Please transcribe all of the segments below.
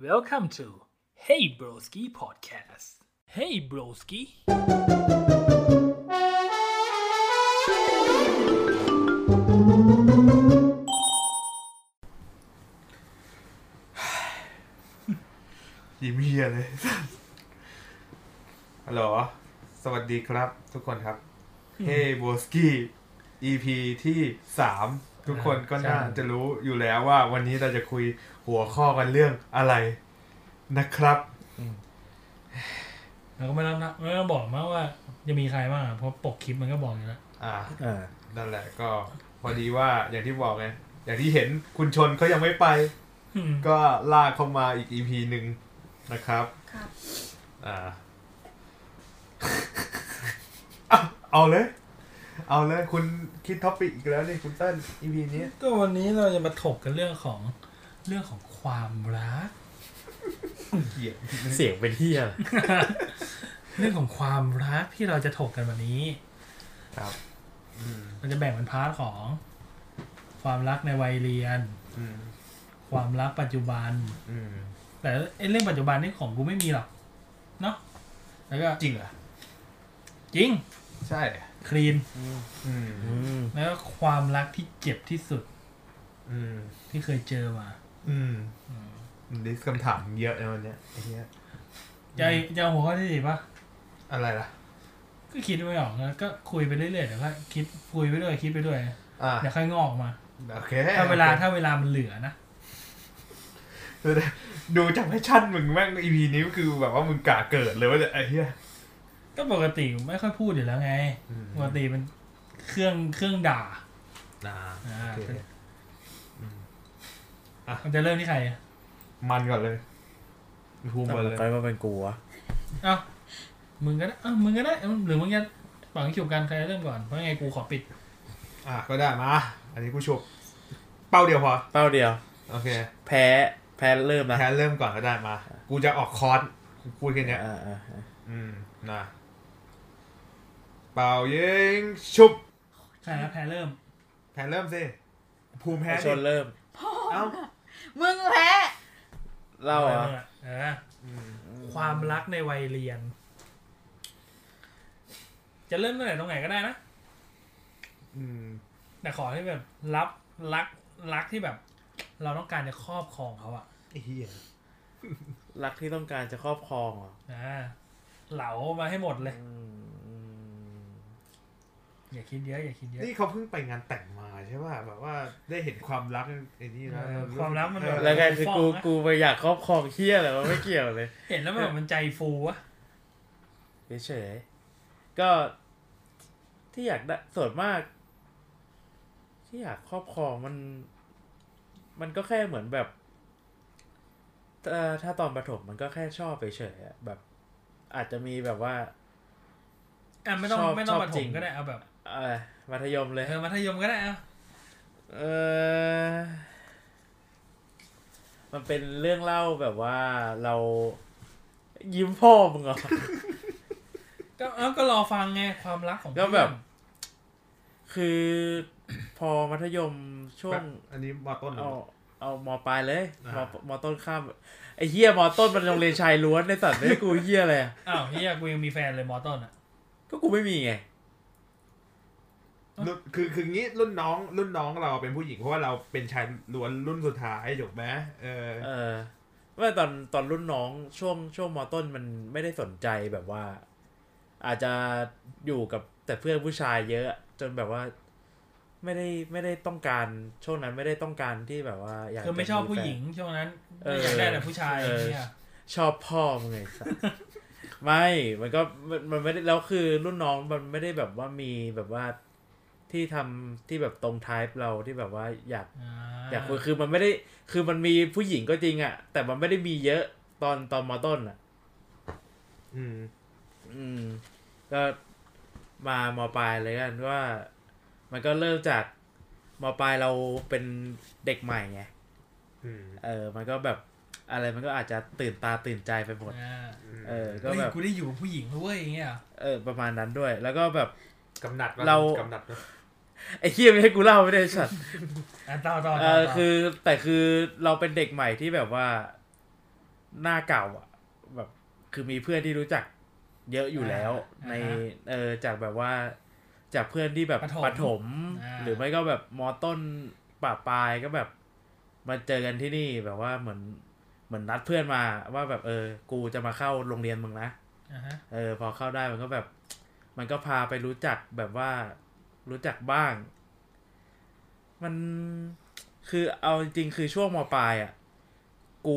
Welcome to Hey Broski Podcast. Hey Broski. ยิ้มเฮีย เลย ฮัลโหล สวัสดีครับ ทุกคนครับ เฮ้โบสกี้ EP ที่สามทุกคนก็น่า ใช่ จะรู้อยู่แล้วว่าวันนี้เราจะคุยหัวข้อกันเรื่องอะไรนะครับ เราก็ไม่ต้องนะไม่ต้องบอกมากว่าจะมีใครบ้างอะเพราะปกคลิปมันก็บอกอยู่แล้ว อ่า อ่า นั่นแหละก็พอดีว่าอย่างที่บอกไง อย่างที่เห็นคุณชนเขายังไม่ไป อืม ก็ลากเข้ามาอีก EP หนึ่งนะครับ ครับ อ่า อ่ะเอาเลย เอาเลย คุณคิดท็อปิกอีกแล้วนี่คุณเต้น EP นี้ ก็วันนี้เราจะมาถกกันเรื่องของเรื่องของความรัก เกียด เสียงเป็นเฮีย เรื่องของความรักที่เราจะถกกันวันนี้ ครับอืม มันจะแบ่งเป็นพาร์ทของ ความรักในวัยเรียน อืม ความรักปัจจุบัน อืม แต่ไอ้เรื่องปัจจุบันนี่ของกูไม่มีหรอกเนาะแล้วก็ จริงเหรอ จริง ใช่ คลีน อืม อืม แล้วก็ความรักที่เจ็บที่สุด อืม ที่เคยเจอมา อืมดิสคำถามเยอะในวันเนี้ยไอ้เนี้ย จะจะเอาหัวข้อที่สี่ปะ อะไรล่ะ ก็คิดไม่ออกนะก็คุยไปเรื่อยๆเดี๋ยวก็คิดคุยไปด้วยคิดไปด้วย อ่า เดี๋ยวค่อยงอกออกมา โอเค ถ้าเวลาถ้าเวลามันเหลือนะ ดูจากแพชชั่นมึงแม่ง EP นี้คือแบบว่ามึงกะเกิดเลยว่าเนี่ยไอ้เนี้ย ก็ปกติไม่ค่อยพูดอยู่แล้วไง อืม ปกติมันเครื่องเครื่องด่า อ่า อ่า โอเค อ่ะ มันจะเริ่มที่ใครอ่ะ มันก่อนเลยภูมิ แต่ ก่อนเลย กลายมาเป็นกูอะ เอ้ามึงก็ได้เอ้ามึงก็ได้เอ้าหรือมึงจะฝังคิวกันใครเริ่มก่อนเพราะยังไงกูขอปิด อ่ะก็ได้มา อันนี้กูฉุบเป้าเดียวพอ เป้าเดียว โอเค แพ้แพ้เริ่มนะ แทนเริ่มก่อนก็ได้มา กูจะออกคอร์สกูพูดแค่เนี้ย อ่าอ่าอ่า อืมนะเป่ายิงชุบ ใครนะแพ้เริ่ม แทนเริ่มสิภูมิแพ้ ไอ้ชน ดิ เริ่ม เอ้า มึงแพ้ เล่าอ่ะ เออความรักในวัยเรียน จะเริ่มตั้งแต่ตรงไหนก็ได้นะ อืม แต่ขอให้แบบรับรักรักที่แบบ เราต้องการจะครอบครองเขาอะ ไอ้เหี้ย รักที่ต้องการจะครอบครองเหรอ อ่าเหลามาให้หมดเลย อืม อย่าคิดเยอะอย่าคิดเยอะ นี่เขาเพิ่งไปงานแต่งมาใช่ป่ะแบบว่าได้เห็นความรักไอ้นี่แล้ว เออความรักมันแบบ แล้วไงคือกู ฟ้องนะ กูไปอยากครอบครองเฮียอะไรวะไม่เกี่ยวเลย เห็นแล้วแบบมันใจฟูวะ เฉยๆก็ ที่อยากได้ส่วนมาก ที่อยากครอบครองมัน มันก็แค่เหมือนแบบเอ่อถ้าตอนประถมมันก็แค่ชอบไปเฉยๆอะแบบ อาจจะมีแบบว่า อ่ะไม่ต้อง ชอบ ไม่ต้อง ชอบ ประถ จริ ม ง ก็ได้เอาแบบ เอ่อมัธยมเลย เออมัธยมก็ได้เอา เออ มันเป็นเรื่องเล่าแบบว่าเรายิ้มพ่อมึงเหรอ ก็เอาก็รอฟังไงความรักของ ก็แบบ เพื่อน คือพอมัธยมช่ว แป๊ ง บอันนี้มอต้นเหร เอา อ เอามอปลายเลยม อ่าม มอต้นข้ามไอ้เฮียมอต้นมันโรงเรียนชายล้วนในสัตว์ไม่ให้กูเฮียอะไรอะ อ้าวเฮียกูยังมีแฟนเลยมอต้นอ่ะ ก็กูไม่มีไง รุ่นคือคืองี้รุ่นน้องรุ่นน้องเราเป็นผู้หญิงเพราะว่าเราเป็นชายล้วนรุ่นสุดท้ายถูกไหมเออ เออเมื่อตอนตอนรุ่นน้องช่วงช่วงมอต้นมันไม่ได้สนใจแบบว่า อาจจะอยู่กับแต่เพื่อนผู้ชายเยอะ จนแบบว่า ไม่ได้ไม่ได้ต้องการช่วงนั้นไม่ได้ต้องการที่แบบว่า อยาก คือไม่ จะ ชอบ แฟน ผู้หญิงช่วงนั้น เออ อยากได้แต่ผู้ชาย เออ เนี่ย ชอบพ่อมึงไงสัส ไม่มันก็มันมันไม่ได้แล้วคือรุ่นน้องมันไม่ได้แบบว่ามีแบบว่าที่ทำที่แบบตรงไทป์เราที่แบบว่าอยาก อยากคุยคือมันไม่ได้คือมันมีผู้หญิงก็จริงอะแต่มันไม่ได้มีเยอะตอนตอนมอต้นอะ อืม อืม ก็มามอปลายเลยกันว่า มันก็เริ่มจากมอปลายเราเป็นเด็กใหม่ไง อืม เออ มันก็แบบอะไรมันก็อาจจะตื่นตาตื่นใจไปหมด อ่า เออ ก็ เฮ้ย แบบ กูได้อยู่กับผู้หญิงด้วยอย่างเงี้ยเหรอ เออประมาณนั้นด้วย แล้วก็แบบ กำหนัดว่ เรา กำหนัดนะ ไอ้เฮียไม่ให้กูเล่าไม่ได้สัตว์ อ่ะต่อต่อ เอ ต่อ อ ต่อ คือแต่คือเราเป็นเด็กใหม่ที่แบบว่า หน้าเก่าอ่ะ แบบคือมีเพื่อนที่รู้จัก เยอะอยู่แล้ว อ่า ในเออจากแบบว่า จากเพื่อนที่แบบ ประถม ประถม อ่า หรือไม่ก็แบบมอต้นป่าปลายก็แบบ มาเจอกันที่นี่แบบว่าเหมือนเหมือนนัดเพื่อนมาว่าแบบเออ กูจะมาเข้าโรงเรียนมึงนะ อ่าฮะ เออพอเข้าได้มันก็แบบ มันก็พาไปรู้จักแบบว่า รู้จักบ้าง มันคือเอาจริงๆคือช่วงมปลายอ่ะ กู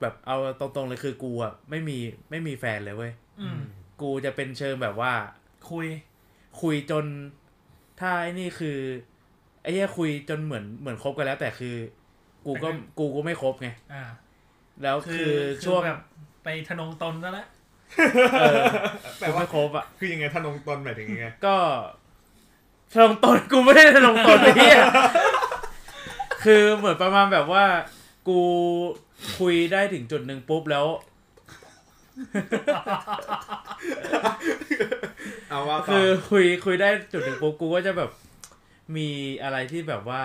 แบบเอาตรงๆเลยคือกูอ่ะไม่มีไม่มีแฟนเลยเว้ย อืม กูจะเป็นเชิงแบบว่า คุย คุยจน ถ้าไอ้นี่คือไอ้เหี้ยคุยจนเหมือนเหมือนคบกันแล้ว แต่คือ กูก็ แต่ก็ กูก็ไม่คบไง อ่า แล้ว คื คือ อ คือ ช่วง แบบไปทะนงตนซะละ เออ แต่ กู ว่า ไม่คบอ่ะ คือยังไงท่านองตนหมายถึงยังไง ก็ทะลงตนกูไม่ได้ทะลงตนไอ้เหี้ย คือเหมือนประมาณแบบว่า กูคุยได้ถึงจุดหนึ่งปุ๊บแล้ว เอาว่าต่อ คือคุยคุยได้จุดหนึ่งปุ๊บกูก็จะแบบมีอะไรที่แบบว่า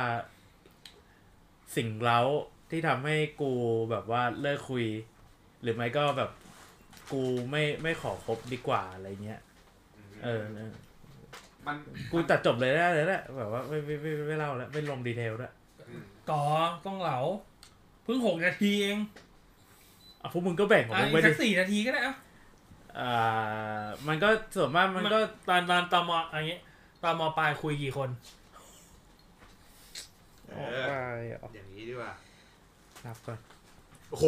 สิ่งเล้าที่ทำให้กูแบบว่าเลิกคุย หรือไม่ก็แบบกูไม่ไม่ขอคบดีกว่าอะไรเงี้ยเออเออ มัน กูตัดจบเลยได้เลยแหละแบบว่าไม่ไม่ไม่ไม่เล่าแล้วไม่ลงดีเทลแล้วย ก่อต้องเหลาเพิ่งหกนาทีเอง อ่ะพวกมึงก็แบ่งของ อ่ะ มึง อี ไป กสั ดิ กสี่นาทีก็ได้อ่ะ อ่า มันก็ส่วนมากมันก็ ตอนตอนตอนมอะไรเงี้ยตอนมปลายคุยกี่คน เอออย่างนี้ดีกว่า รับก่อน โอ้โห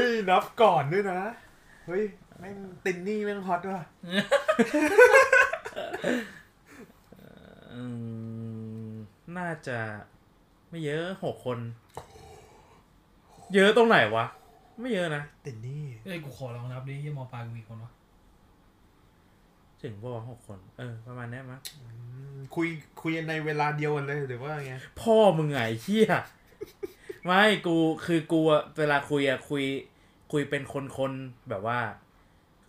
ยนับก่อนด้วยนะ เฮ้ย แม่งตินนี่แม่งฮอตว่ะ อืม น่าจะไม่เยอะหกคน เยอะตรงไหนวะ ไม่เยอะนะ ตินนี่ เอ้ยกูขอลองนับดิยี่มปลายกูกี่คนว ะ ถึงบอกหกคน เออ ประมาณเนี้ยมั้ง อืมคุยคุยกันในเวลาเดียวกันเลยหรือว่าไง พ่อมึงไงเฮียไม่กูคือกูอะเวลาคุยอะคุย คุยเป็นคนคนๆแบบว่า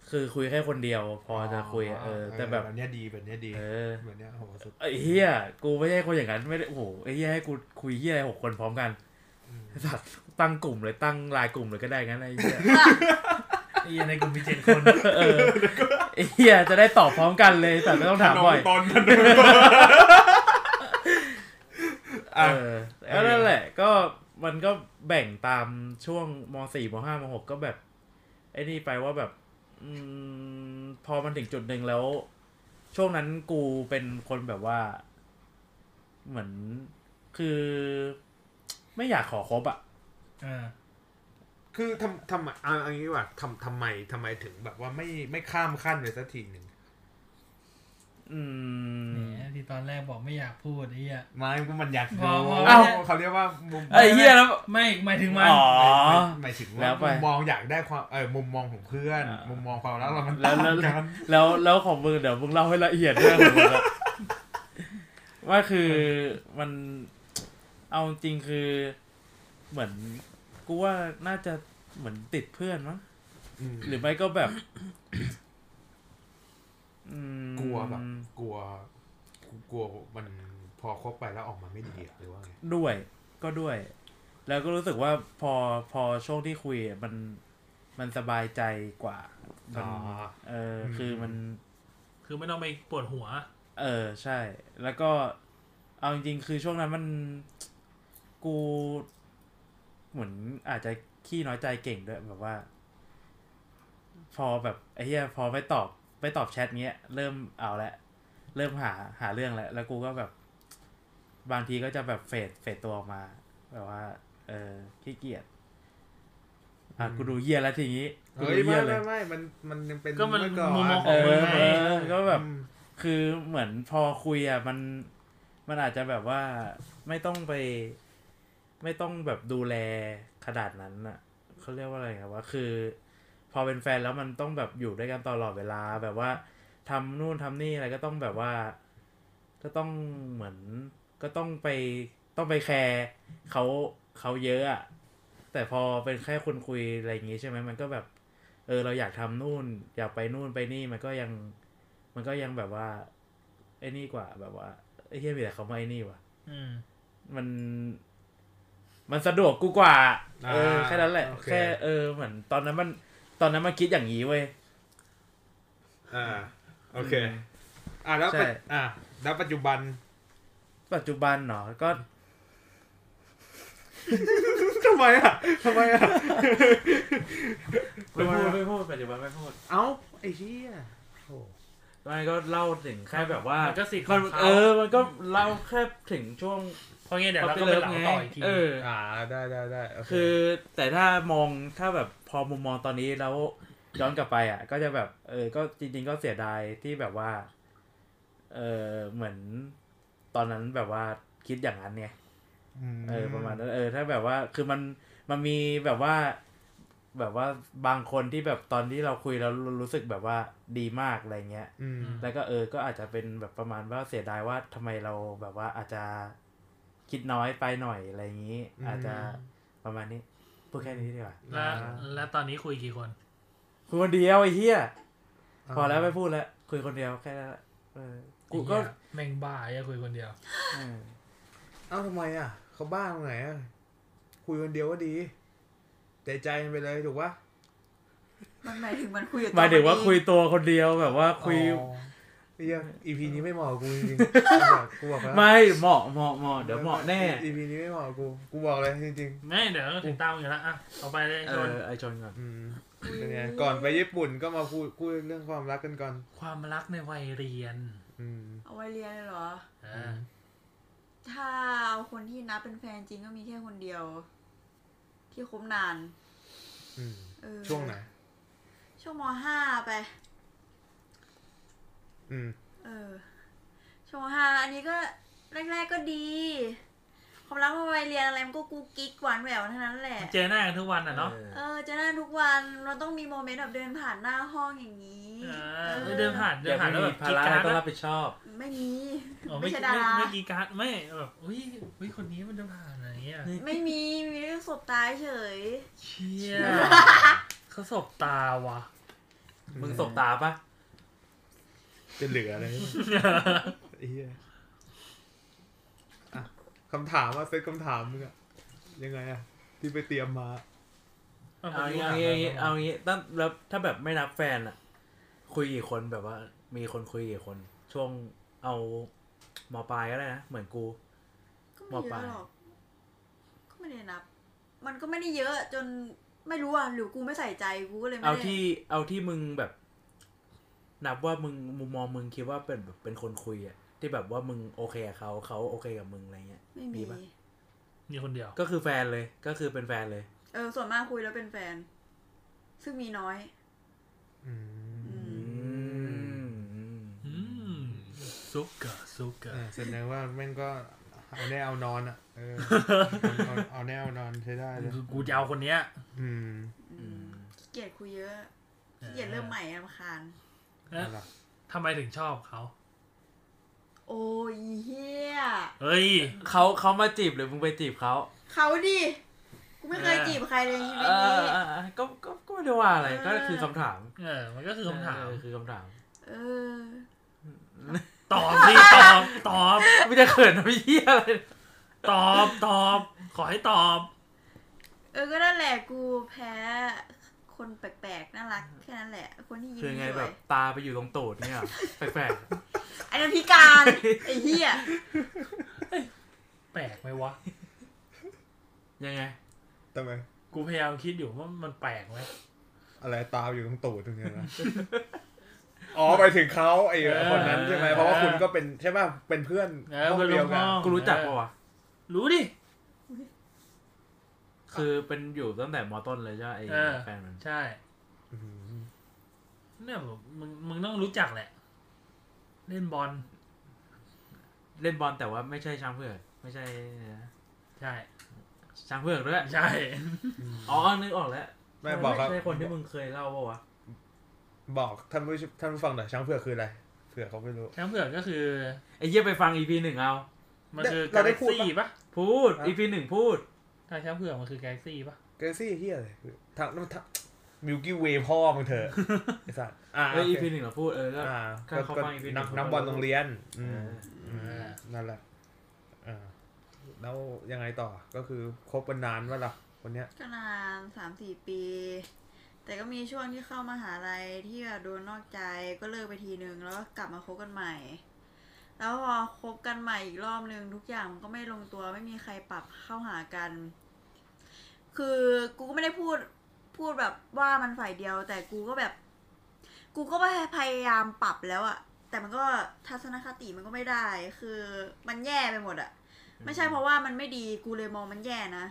คือคุยแค่คนเดียว พอจะคุยอะเออ แต่แบบ เนี้ยดีแบบเนี้ยดี เออ แบบเนี้ยโหสุด ไอ้เฮียกูไม่ใช่คนอย่างนั้นไม่ได้โอ้โหไอ้เฮียให้กูคุยเฮียอะไรหกคนพร้อมกันสัตว์ตั้งกลุ่มเลยตั้งไลายกลุ่มเลยก็ได้งั้นไอ้เฮีย ไอ้เหี้ยในกลุ่มมีเจ็ดคน เออไอ้เฮียจะได้ตอบพร้อมกันเลยแต่ไม่ต้องถามบ่อย ตอนนั้นเลย เออแล้วนั่นแหละ ก็มันก็แบ่งตามช่วงมสี่มห้ามหกก็แบบ ไอ้นี่ไปว่าแบบ อืม พอมันถึงจุดหนึ่งแล้ว ช่วงนั้นกูเป็นคนแบบว่า เหมือนคือ ไม่อยากขอคบอ่ะ อ่า คือทำทำไมเอาเอันนี้ดีกว่าทำทำไมทำไมถึงแบบว่าไม่ไม่ข้ามขั้นเลยสักทีหนึ่ง อืม เนี่ยที่ตอนแรกบอกไม่อยากพูดไอ้เหี้ย ไม่ก็มันอยาก พอพอ เอ้า พอ เขาเรียกว่ามุม ไอ้เหี้ยแล้ว ไม่หมายถึงมัน อ๋อ หมายถึง แล้ ว่าว ไป มุมมองอยากได้ความเออมุมมองของเพื่อน อ่ามุ มุมมองความรักเรามัน แล้ว ต่างกัน แล้วแล้วของมึงเดี๋ยวมึงเล่าให้ละเอียด เรื่องของมึงอะว่าคือมันเอาจริงคือ เหมือนกูว่าน่าจะเหมือนติดเพื่อนมั้ง อืม หรือไม่ก็แบบ อืม กลัวแบบกลัวกลัวมันพอคบไปแล้วออกมาไม่ดีอะหรือว่าไง ด้วยก็ด้วย แล้วก็รู้สึกว่าพอพอช่วงที่คุยอะมันมันสบายใจกว่ามัน อ๋อ เออ คือมัน คือไม่ต้องไปปวดหัว เออใช่ แล้วก็เอาจริงๆคือช่วงนั้นมัน กู เหมือนอาจจะขี้น้อยใจเก่งด้วยแบบว่า พอแบบไอ้เหี้ยพอไม่ตอบไม่ตอบแชทเงี้ย เริ่มเอาละเริ่มหาหาเรื่องแล้วแล้วกูก็แบบ บางทีก็จะแบบเฟดเฟดตัวออกมา แบบว่า เออขี้เกียจอ่ะ อืม กูดูเหี้ยแล้วทีนี้กู เฮ้ย ดู ไม่ เหี้ยเล ไม่ ย ไม่มันมันยังเป็น ก็มัน เอ มุมมองข เอ อง อ มึงไง เออก็แบบ อืม คือเหมือนพอคุยอ่ะมันมันอาจจะแบบว่าไม่ต้องไป ไม่ต้องแบบดูแลขนาดนั้นอ่ะเขาเรียกว่าอะไรครับว่าคือ พอเป็นแฟนแล้วมันต้องแบบอยู่ด้วยกันตลอดเวลา แบบว่าทำนู่นทำนี่อะไรก็ต้องแบบว่า ก็ต้องเหมือน ก็ต้องไปต้องไปแคร์เขาเขาเยอะอ่ะแต่พอเป็นแค่คนคุยอะไรอย่างงี้ใช่ไหมมันก็แบบ เออเราอยากทำนู่น อยากไปนู่นไปนี่มันก็ยัง มันก็ยังแบบว่าไอ้นี่กว่าแบบว่าไอ้เฮียมีแต่คำว่าไอ้นี่ว่ะ อืม มัน มันสะดวกกูกว่า อ่า เออแค่นั้นแหละ โอเค แค่เออเหมือนตอนนั้นมัน ตอนนั้นมันคิดอย่างนี้เว้ย อ่าโอเค อ่าแล้ว ใช่ ปัจอ่าแล้วปัจจุบัน ปัจจุบันเนาะก็ ทำไมอ่ะทำไมอ่ะ ไม่พูดไม่พูดปัจจุบันไม่พูด เอ้า ไอ้เหี้ยโอ้ ไม่ก็เล่าถึงแค่แบบว่า มันก็สิทธิ์ข มั อน งเขา เออ มันก็เล่าแค่ถึงช่วง เพราะงี้เดี๋ยวเราก็ไปเหลาต่ออีกที เออ อ่าได้ได้ได้โเ คือ แต่ถ้ามองถ้าแบบพอมุมมองตอนนี้แล้วย้อนกลับไปอ่ะ ก็จะแบบ เออ ก็จริง ๆ ก็เสียดายที่แบบว่า เออเหมือนตอนนั้นแบบว่าคิดอย่างนั้นไง ม เออประมาณนั้นเออถ้าแบบว่าคือมันมันมีแบบว่า แบบว่าบางคนที่แบบตอนที่เราคุยแล้วรู้สึกแบบว่าดีมากอะไรเงี้ย อืม แล้วก็เออก็อาจจะเป็นแบบประมาณว่าเสียดายว่าทำไมเราแบบว่าอาจจะคิดน้อยไปหน่อยอะไรอย่างนี้ อืม อาจจะประมาณนี้พูดแค่นี้ดีกว่า แล้วแล้วตอนนี้คุยกี่คน คุยคนเดียวไอ้เหี้ยพอแล้วไม่พูดแล้วคุยคนเดียวแค่นั้นแหละเออกูก็ ไอ้เหี้ยแม่งบ้าไอ้เหี้ยคุยคนเดียว เออ เอ้าทำไมอ่ะ เขาบ้าตรงไหนอ่ะ คุยคนเดียวก็ดีใจใจมันไปเลยถูกปะ มันหมายถึงมันคุยกับตั หมายถึงว่าคุย นเอ ตัวคนเดียวแบบว่าคุย อ๋อไอ้เหี้ย EP นี้ไม่เหมาะกับกูจริงๆกูบอกแล้ว ไม่เหมาะเหมาะเหมาะเดี๋ยวเหมาะแน่ EP นี้ไม่เหมาะกับกู กูบอกเลยจริง ไม่เดี๋ยวถึงตามมึงอยู่แล้วอ่ะต่อไปเลย เอ โดน อไอชนก่อน ๆอืมเป็นไงก่อนไปญี่ปุ่นก็มาพูดพูดเรื่องความรักกันก่อน ความรักในวัยเรียน อืม เอาไว้เรียนเลยเหรอ อ่า ถ้าเอาคนที่นับเป็นแฟนจริงก็มีแค่คนเดียว ที่คบนาน อืม เออ ช่วงไหน ช่วงมห้าไป อืม เออช่วงมห้าอันนี้ก็แรกๆก็ดี ความรักมาวัยเรียนอะไรมันก็กูกิ๊กหวานแหววทั้งนั้นแหละ เจอหน้ากันทุกวันอ่ะเนาะ เออเจะหน้าทุกวันเราต้องมีโมเมนต์แบบเดินผ่านหน้าห้องอย่างนี้ เออเดินผ่านเดิ เดี๋ย น ว ผ่านแล้ว มี แบบ ภา กี ระ ด อะไร การ์ด ต้อง แบ รั บบ ผิดชอบ ไม่มี อ๋อ ไม่ ไม่ ใช่ ไม่ ดารา ไม่กีดการ์ดไม่แบบอุ้ยอุ้ยคนนี้มันเดินผ่านอะไรเงี้ย ไม่มีมีเรื่องสบตาเฉย เชี่ยเขาสบตาว่ะ มึงสบตาปะ จะเหลืออะไรให้มันไอ้เหี้ยอ่ะคำถามว่าเซตคำถามมึงอะยังไงอะที่ไปเตรียมมา เอา เอางี้เอางี้เอางี้ตั้งแล้วถ้าแบบไม่นับแฟนอะคุยกี่คนแบบว่า มีคนคุยกี่คน ช่วงเอามอปลายก็ได้นะ เหมือนกู ก็ไม่เยอะหรอก ก็ไม่ได้นับ มันก็ไม่ได้เยอะจนไม่รู้อ่ะหรือกูไม่ใส่ใจกูก็เลยไม่ เอา ได้ ที่เอาที่มึงแบบ นับว่ามึงมุมมองมึงคิดว่าเป็นแบบเป็นคนคุยอะที่แบบว่ามึงโอเคกับเขาเขาโอเคกับมึงอะไรเงี้ย ไม่ มี มี ปะ มีคนเดียว ก็คือแฟนเลยก็คือเป็นแฟนเลย เออ ส่วนมากคุยแล้วเป็นแฟน ซึ่งมีน้อย อืม อืม อืม อืมซุกเกอร์ซุกเกอ เออ ร์ แสดงว่าแม่งก็เอาแน่เอานอนอะเออเอาเอาแน่เอานอนใช้ได้เลย กูจะเอาคนเนี้ย อืม อืมขี้เกียจคุยเยอะขี้เกียจเริ่มใหม่รำคาญ เอ๊ะ เอาล่ะ ทำไมถึงชอบเขา โอ้ยเฮีย เฮ้ย เขาเขามาจีบหรือมึงไปจีบเขา เขาดิ กูไม่เคยจีบใครเลยในชีวิ เอ ตนี้ อเออเออก็ก็ก็ไม่ได้ว่าอะไร ก็ เออ คือคำถาม เออ มันก็คือคำถาม เออคือคำถาม เออ ตอบสิตอบ ตอบ ไม่จะเขินไม่เยี่ยอะไร ตอบ ตอบ ขอให้ตอบ เออก็นั่นแหละกูแพ้ คนแปลกๆน่ารักแค่นั้นแหละ คนที่ยิ้ม คือไง ส แบ วย บตาไปอยู่ตรงตูดเนี่ยแปลก อันนั้นพิการไอ้เหี้ย แปลกไหมวะ ๆยังไง ทำไม กูพยายามคิดอยู่ว่ามันแปลกไหม อะไรตามอยู่ตรงตูดตรงเนี้ยนะอ๋อไปถึงเขาไอ้คนนั้นใช่ไหมเพราะว่าคุณก็เป็นใช่ป่ะเป็นเพื่อน เออ ห้อง เพื่อน เดี ร่ ยว วม กั ห้ น อง กูรู้จักปะวะ รู้ดิ คือเป็นอยู่ตั้งแต่มอต้นเลยใช่ไหมไอ้ เออ แฟนมัน ใช่ อืม เนี่ยผมมึงมึงต้องรู้จักแหละ เล่นบอล เล่นบอลแต่ว่าไม่ใช่ช้างเผือกไม่ใช่นะ ใช่ ช้างเผือกด้วย ใช่ อ๋อนึกออกแล้ว แม่บอกครับ ใช่คนที่มึงเคยเล่าปะวะ บอกท่านผู้ชมท่านผู้ฟังหน่อยช้างเผือกคืออะไรเผื่อเขาไม่รู้ ช้างเผือกก็คือ ไอ้เยี่ยไปฟังอีพีหนึ่งเอา มันคือ เรา กา ได้ แล็ก พูดปะ ซี่ปะ พูดอีพีหนึ่งพูด ใช่ช้างเผือกมันคือกาแล็กซี่ปะ เกรซี่เฮียอะไรทางน้ำทางมิวกี้เวย์พ่อมึงเถอะไอ้สัสอ่า เอ้ย โอ อี เค พีหนึ่งเราพูดเออก็ อ่า ก็ ก็ เข้า ก็ บ้าง EP นัก หนึ่ง นักบอลโรงเรียน อื เอ ม อ มนั่นแหละอ่า แล้วยังไงต่อก็คือคบกันนานวะล่ะคนเนี้ย ก็นานสามสี่ปี แต่ก็มีช่วงที่เข้ามาหาลัยที่แบบโดนนอกใจก็เลิกไปทีนึงแล้วก็กลับมาคบกันใหม่ แล้วพอคบกันใหม่อีกรอบนึงทุกอย่างมันก็ไม่ลงตัวไม่มีใครปรับเข้าหากัน คือกูก็ไม่ได้พูดพูดแบบว่ามันฝ่ายเดียว แต่กูก็แบบ กูก็พยายามปรับแล้วอะแต่มันก็ทัศนคติมันก็ไม่ได้ คือมันแย่ไปหมดอะไม่ใช่เพราะว่ามันไม่ดีกูเลยมองมันแย่นะ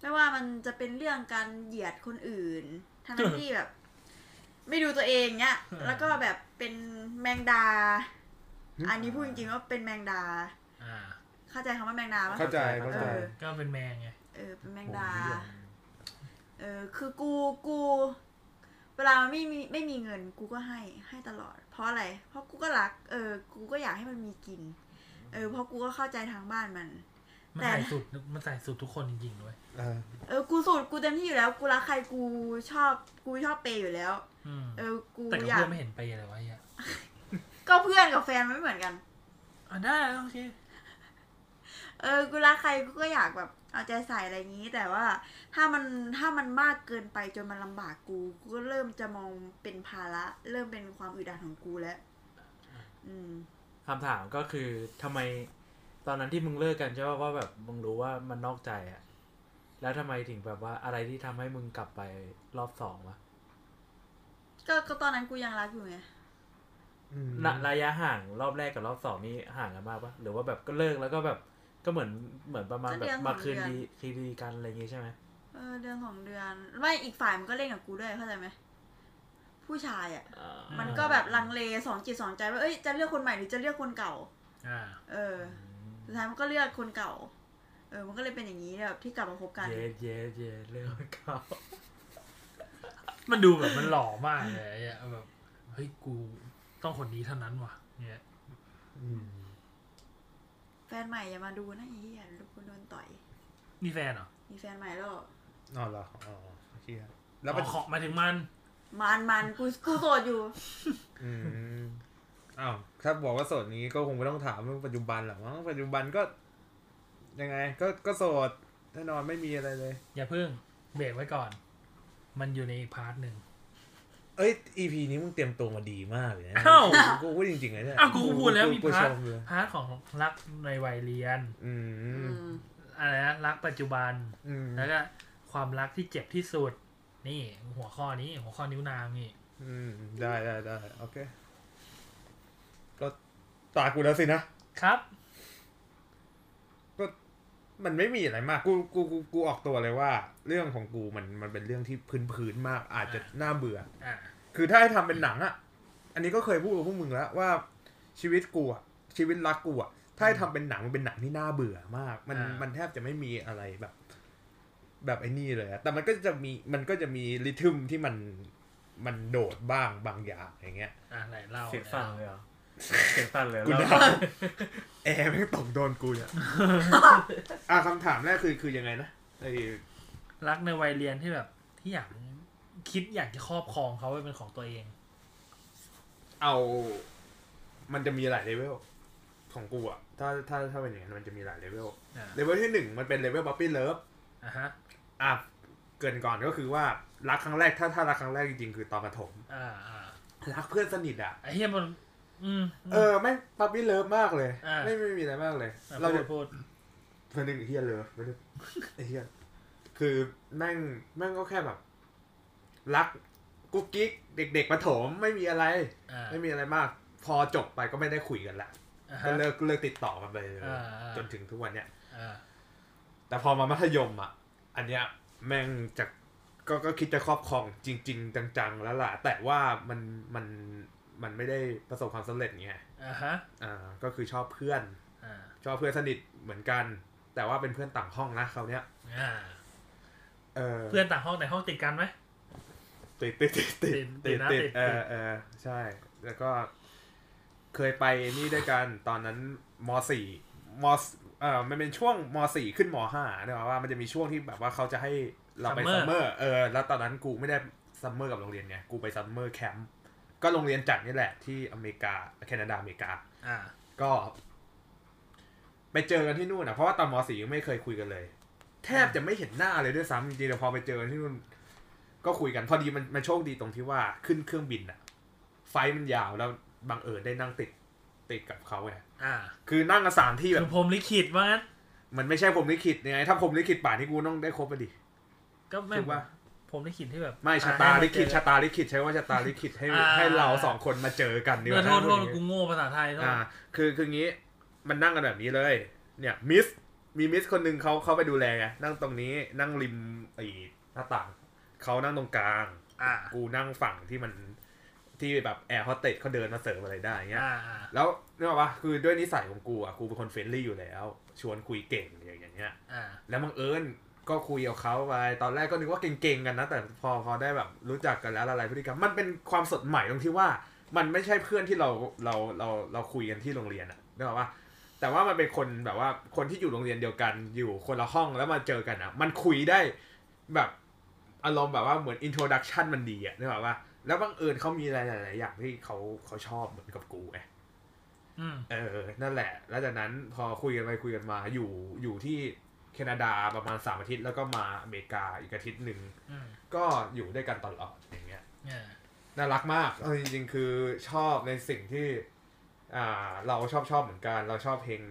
ไม่ว่ามันจะเป็นเรื่องการเหยียดคนอื่น ทั้งที่แบบ ไม่ดูตัวเองเนี้ย แล้วก็แบบเป็นแมงดา อันนี้พูดจริงๆว่าเป็นแมงดา อ่า เข้าใจคำว่าแมงดาปะ เข้าใจเข้าใจ ออ ก็เป็นแมงไง เออเป็นแมงดา เออคือกูกู เวลามันไม่มีไม่มีเงิน กูก็ให้ให้ตลอด เพราะอะไร เพราะกูก็รัก เออ กูก็อยากให้มันมีกิน เออเพราะกูก็เข้าใจทางบ้านมัน มัน แต่ ใส่สุด มันใส่สุดทุกคนจริงๆด้วย เออ เออกูสูตรกูเต็มที่อยู่แล้ว กูรักใครกูชอบกูชอบเปย์อยู่แล้ว อืม เออกู แต่กับ อยาก เพื่อนไม่เห็นไปอะไรวะไอ้เหี้ย ก็เพื่อนกับแฟนมันไม่เหมือนกัน อ่ะได้โอเค เออกูรักใครกูก็อยากแบบเอาใจใส่อะไรอย่างนี้ แต่ว่าถ้ามันถ้ามันมากเกินไปจนมันลำบากกู กูก็เริ่มจะมองเป็นภาระ เริ่มเป็นความอึดอัดของกูแล้ว อืม คำถามก็คือทำไมตอนนั้นที่มึงเลิกกันใช่ป่ะว่าแบบมึงรู้ว่ามันนอกใจอะแล้วทำไมถึงแบบว่าอะไรที่ทำให้มึงกลับไปรอบสองวะ ก็ก็ตอนนั้นกูยังรักอยู่ไง อืม ระระยะห่างรอบแรกกับรอบสองนี่ห่างกันมากปะหรือว่าแบบก็เลิกแล้วก็แบบก็เหมือนเหมือนประมาณ ก็ แบ เดื บ อน มา สอง คืน เดือน ดีคืนดีกันอะไรอย่างงี้ใช่ไหม เออเดือนสองเดือน ไม่อีกฝ่ายมันก็เล่นกับกูด้วยเข้าใจไหมผู้ชายอะ่ะ อ่า มันก็แบบลังเลสองจิตสองใจว่าเอ้ยจะเลือกคนใหม่หรือจะเลือกคนเก่า อ่า เออสุดท้ายมันก็เลือกคนเก่า เออ มันก็เลยเป็นอย่างนี้แบบที่กลับมาคบกัน เย้เย้เย้เรื่องเก่า มันดูแบบมันหล่อมากเลยไอ้เหี้ยแบบ เฮ้ย กูต้องคนนี้เท่านั้นว่ะ เนี่ย อืม แฟนใหม่อย่ามาดูนะไอ้เหี้ยลูกคุณโดนต่อย นี่แฟนเหรอ มีแฟนใหม่แล้วเหรอ อ๋อเหรออ๋อเชียแล้ แล้ว วมัน ขอหมายถึงมัน มันมันกูกูโสดอยู่ อืมอ้าวถ้าบอกว่าโสดนี้ก็คงไม่ต้องถามเรื่องปัจจุบันหรอกมั้งปัจจุบันก็ ยังไง ก็ก็โสดแน่นอนไม่มีอะไรเลย อย่าเพิ่งเบรกไว้ก่อน มันอยู่ในอีกพาร์ทหนึ่ง เอ้ย EP นี้มึงเตรียมตัวมาดีมากเลยนะ อ้าว กูพูดจริงๆเลยเนี่ย อ้าวกูก็พูดแล้วมี กู พา ช ร์ท มเลย พาร์ทของรักในวัยเรียน อื อื ม ม อะไรนะรักปัจจุบัน อืม แล้วก็ความรักที่เจ็บที่สุด นี่หัวข้อนี้หัวข้อนิ้วนางนี่ อืมได้ได้ได้โอเค ก็ตากูแล้วสินะ ครับ มันไม่มีอะไรมาก กู กู กู กูออกตัวเลยว่า เรื่องของกูมัน มันเป็นเรื่องที่พื้นพื้นๆมาก อาจจะน่าเบื่อ อ่า คือถ้าให้ทำเป็นหนังอะอันนี้ก็เคยพูดกับพวกมึงแล้วว่าชีวิตกูอะชีวิตรักกูอะถ้าให้ทำเป็นหนังมันเป็นหนังที่น่าเบื่อมาก มัน อ่ามั มันแทบจะไม่มีอะไรแบบ แบบไอ้นี่เลยอะแต่มันก็จะมี มันก็จะมีริทึมที่มัน มันโดดบ้างบางอย่างอย่างเงี้ย อ่าไหนเล่า เสียงสั่นเลยเหรอ เสียงสั่นเลย กู เรา ดาแอร์ไม่งตกโดนกู เนี่ย อ่ะคำถามแรกคือ คือยังไงนะไอ้ รักในวัยเรียนที่แบบที่อยากคิดอยากจะครอบครองเขาไว้เป็นของตัวเอง เอา มันจะมีหลายเลเวลของกูอะถ้าถ้าถ้าเป็นอย่างนั้นมันจะมีหลายเลเวล อ่า เลเวลที่หนึ่งมันเป็นเลเวลบ๊อบบี้เลิฟ อ่ะฮะ อ่ะ เกรินก่อนก็คือว่ารักครั้งแรก ถ้าถ้ารักครั้งแรกจริงๆ คือตอนประถม อ่าอ่า รักเพื่อนสนิทอะ ไอ้เหี้ยมัน อืม เออแม่งบ๊อบบี้เลิฟมากเลย อ่า ไม่ไม่มีอะไรมากเลย เราพูเราจะ ดพูด เพื่อนหนึ่งไอ้เฮียเลิฟไม่ได้ไอ้เฮียคือแม่งแม่งก็แค่แบบ รักกุ๊กกิ๊กเด็ก ๆประถมไม่มีอะไร อ่า ไม่มีอะไรมาก พอจบไปก็ไม่ได้คุยกันละ อ่า ก็ ฮะ เลิกเลิกติดต่อกันไปเลย อ่าอ่า จนถึงทุกวันเนี้ย อ่า แต่พอมามัธยมอ่ะ อันเนี้ยแม่งจะก็ก็คิดจะครอบครองจริง ๆ จังๆ แล้วล่ะ แต่ว่ามันมันมันไม่ได้ประสบความสำเร็จไง อ่าฮะ อ่าก็คือชอบเพื่อน อ่า ชอบเพื่อนสนิทเหมือนกัน แต่ว่าเป็นเพื่อนต่างห้องนะเขาวเนี้ย อ่า เออ เพื่อนต่างห้องแต่ห้องติดกันไหม ติดติดติดติด ติดติ ติ ด ด นะ ติด ติด เออเออใช่ แล้วก็เคยไปนี่ด้วยกันตอนนั้นมสี่มสเออมันเป็นช่วงมสี่ขึ้นมห้าเนี่ยว่ามันจะมีช่วงที่แบบว่าเขาจะให้เราไป Summer ซัมเมอร์เออแล้วตอนนั้นกูไม่ได้ซัมเมอร์กับโรงเรียนไงกูไปซัมเมอร์แคมป์ก็โรงเรียนจัดนี่แหละที่อเมริกาแคนาดาอเมริกา อ่า ก็ ไป ไปเจอกันที่นู่นอ่ะเพราะว่าตอนมสี่ยังไม่เคยคุยกันเลย แทบจะไม่เห็นหน้าเลยด้วยซ้ำจริงๆแต่พอไปเจอกันที่นู่น ก็คุยกันพอดีมันมันโชคดีตรงที่ว่าขึ้นเครื่องบินอ่ะ ไฟล์มันยาวแล้วบังเอิญได้นั่งติดติดกับเขาไง อ่า คือนั่งกันสามที่แบบ คือผมลิขิตว่างั้น มันไม่ใช่ผมลิขิตยังไง ถ้าผมลิขิตป่านนี้กูต้องได้ครบไปดิ ก็ไม่ ถูกปะ ผมลิขิตที่แบบ ไม่ชะ อ่ ตา ให้น ลิขิต เจอ ชะตาลิขิตใช้ว่าชะตาลิขิตให้ อ่า ให้เราสองคนมาเจอกันดีก เออ ว่า โทษโทษ นะ กูโง่ภาษาไทยโทษ อ่า คือคืองี้มันนั่งกันแบบนี้เลย เนี่ยมิสมีมิสคนหนึ่งเขาเขาไปดูแลไงนั่งตรงนี้นั่งริมไอ้หน้าต่างเขานั่งตรงกลาง อ่า กูนั่งฝั่งที่มันที่แบบแอร์โฮสเตสเขาเดินมาเสิร์ฟอะไรได้เงี้ย อ่าอ่า แล้วเนี่ยว่าคือด้วยนิสัยของกูอ่ะกูเป็นคนเฟรนลี่อยู่แล้ว ชวนคุยเก่งอย่างอย่างเงี้ย อ่า แล้วบังเอิญก็คุยกับเขาไปตอนแรกก็นึกว่าเก่งๆกันนะ แต่พอพอได้แบบรู้จักกันแล้วอะไรพฤติกรรมมันเป็นความสดใหม่ตรงที่ว่ามันไม่ใช่เพื่อนที่เราเราเราเราคุยกันที่โรงเรียนอะนึกออกปะแต่ว่ามันเป็นคนแบบว่าคนที่อยู่โรงเรียนเดียวกันอยู่คนละห้องแล้วมาเจอกันอะมันคุยได้แบบอารมณ์แบบว่าเหมือนอินโทรดักชันมันดีอะนึกออกปะแล้วบังเอิญเขามีอะไรหลายๆอย่างที่เขาเขาชอบเหมือนกับกูไง อืม เออ นั่นแหละ แล้วจากนั้นพอคุยกันไปคุยกันมา อยู่ อยู่ที่แคนาดาประมาณสามอาทิตย์ แล้วก็มาอเมริกาอีกอาทิตย์หนึ่ง อืม ก็อยู่ด้วยกันตลอดอย่างเงี้ย เนี่ย น่ารักมากเอาจริงๆ คือชอบในสิ่งที่ อ่า เราชอบชอบเหมือนกัน เราชอบเพลง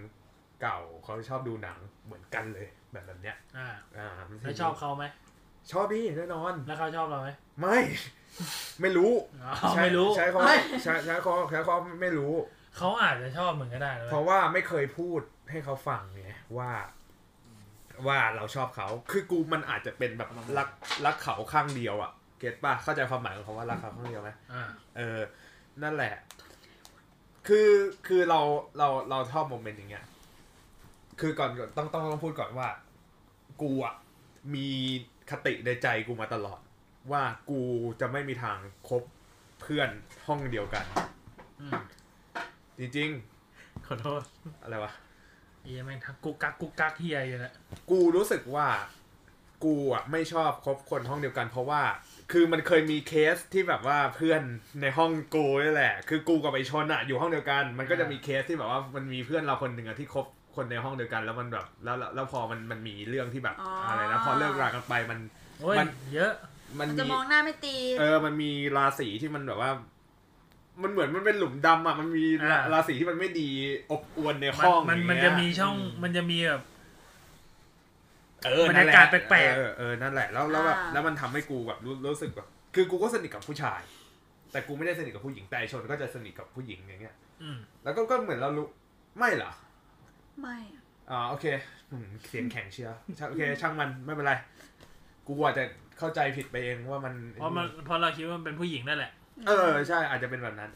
เก่า เขาชอบดูหนังเหมือนกันเลย แบบแบบเนี้ย อ่า อ่ามันสิ่ง แล้วชอบเขาไหม ชอบพี่แน่นอน แล้วเขาชอบเราไหม ไม่ ไม่รู้ อ๋อ ไม่รู้ ใช้ใช้เขาใช้ใช้เขาใช้เขาไม่รู้ เขาอาจจะชอบเหมือนก็ได้นะ เพราะว่าไม่เคยพูดให้เขาฟังไงว่า ว่าเราชอบเขาคือกูมันอาจจะเป็นแบบรักรักเขาข้างเดียวอะเก็ตป่ะเข้าใจความหมายของคำว่ารักเขาข้างเดียวไหม อ่า เออ นั่นแหละ คือคือเราเราเราชอบโมเมนต์อย่างเงี้ย คือก่อนก่อนต้องต้องต้องพูดก่อนว่า กูอะมีคติในใจกูมาตลอด ว่ากูจะไม่มีทางคบเพื่อนห้องเดียวกัน อืม จริง ขอโทษ ๆ อะไรวะ เอียแม่งทักกุกกักกุกกักเฮียอยู่แหละ กูรู้สึกว่ากูอ่ะไม่ชอบคบคนห้องเดียวกันเพราะว่า คือมันเคยมีเคสที่แบบว่าเพื่อนในห้องกูนี่แหละ คือกูกับไอชนอ่ะอยู่ห้องเดียวกัน มันก็จะมีเคสที่แบบว่ามันมีเพื่อนเราคนหนึ่งอ่ะที่คบคนในห้องเดียวกัน แล้วมันแบบแล้วแล้วแล้วพอมันมันมีเรื่องที่แบบ อ๋ออ อะไรนะพอเลิกรากันไปมัน โอ้ย มัน เยอะ มัน มันจะ มี มองหน้าไม่ตี เออมันมีราศีที่มันแบบว่า มันเหมือนมันเป็นหลุมดำอ่ะมันมีรา อ่า ราศีที่มันไม่ดีอบอวนใน มัน ห้อง มัน อย่าง มัน เงี้ย จะมีช่องมันจะมีแบบ เออบ รร นั่ ยาน แหละ กาศแปลกๆ เออเออนั่นแหละแล้วแล้วแบบแล้วมันทำให้กูแบบรู้รู้สึกแบบคือกูก็สนิทกับผู้ชาย แต่กูไม่ได้สนิทกับผู้หญิงแต่ไอ้ชนก็จะสนิทกับผู้หญิงอย่างเงี้ย อืม แล้วก็ก็เหมือนเรารู้ไม่เหรอ ไม่ อ่าโอเคอืมเสียงแข็งเชียวช่างโอเคช่างมันไม่เป็นไร กูอาจจะเข้าใจผิดไปเองว่ามัน เพราะมันเพราะเราคิดว่ามันเป็นผู้หญิงนั่นแหละ เออใช่อาจจะเป็นแบบนั้น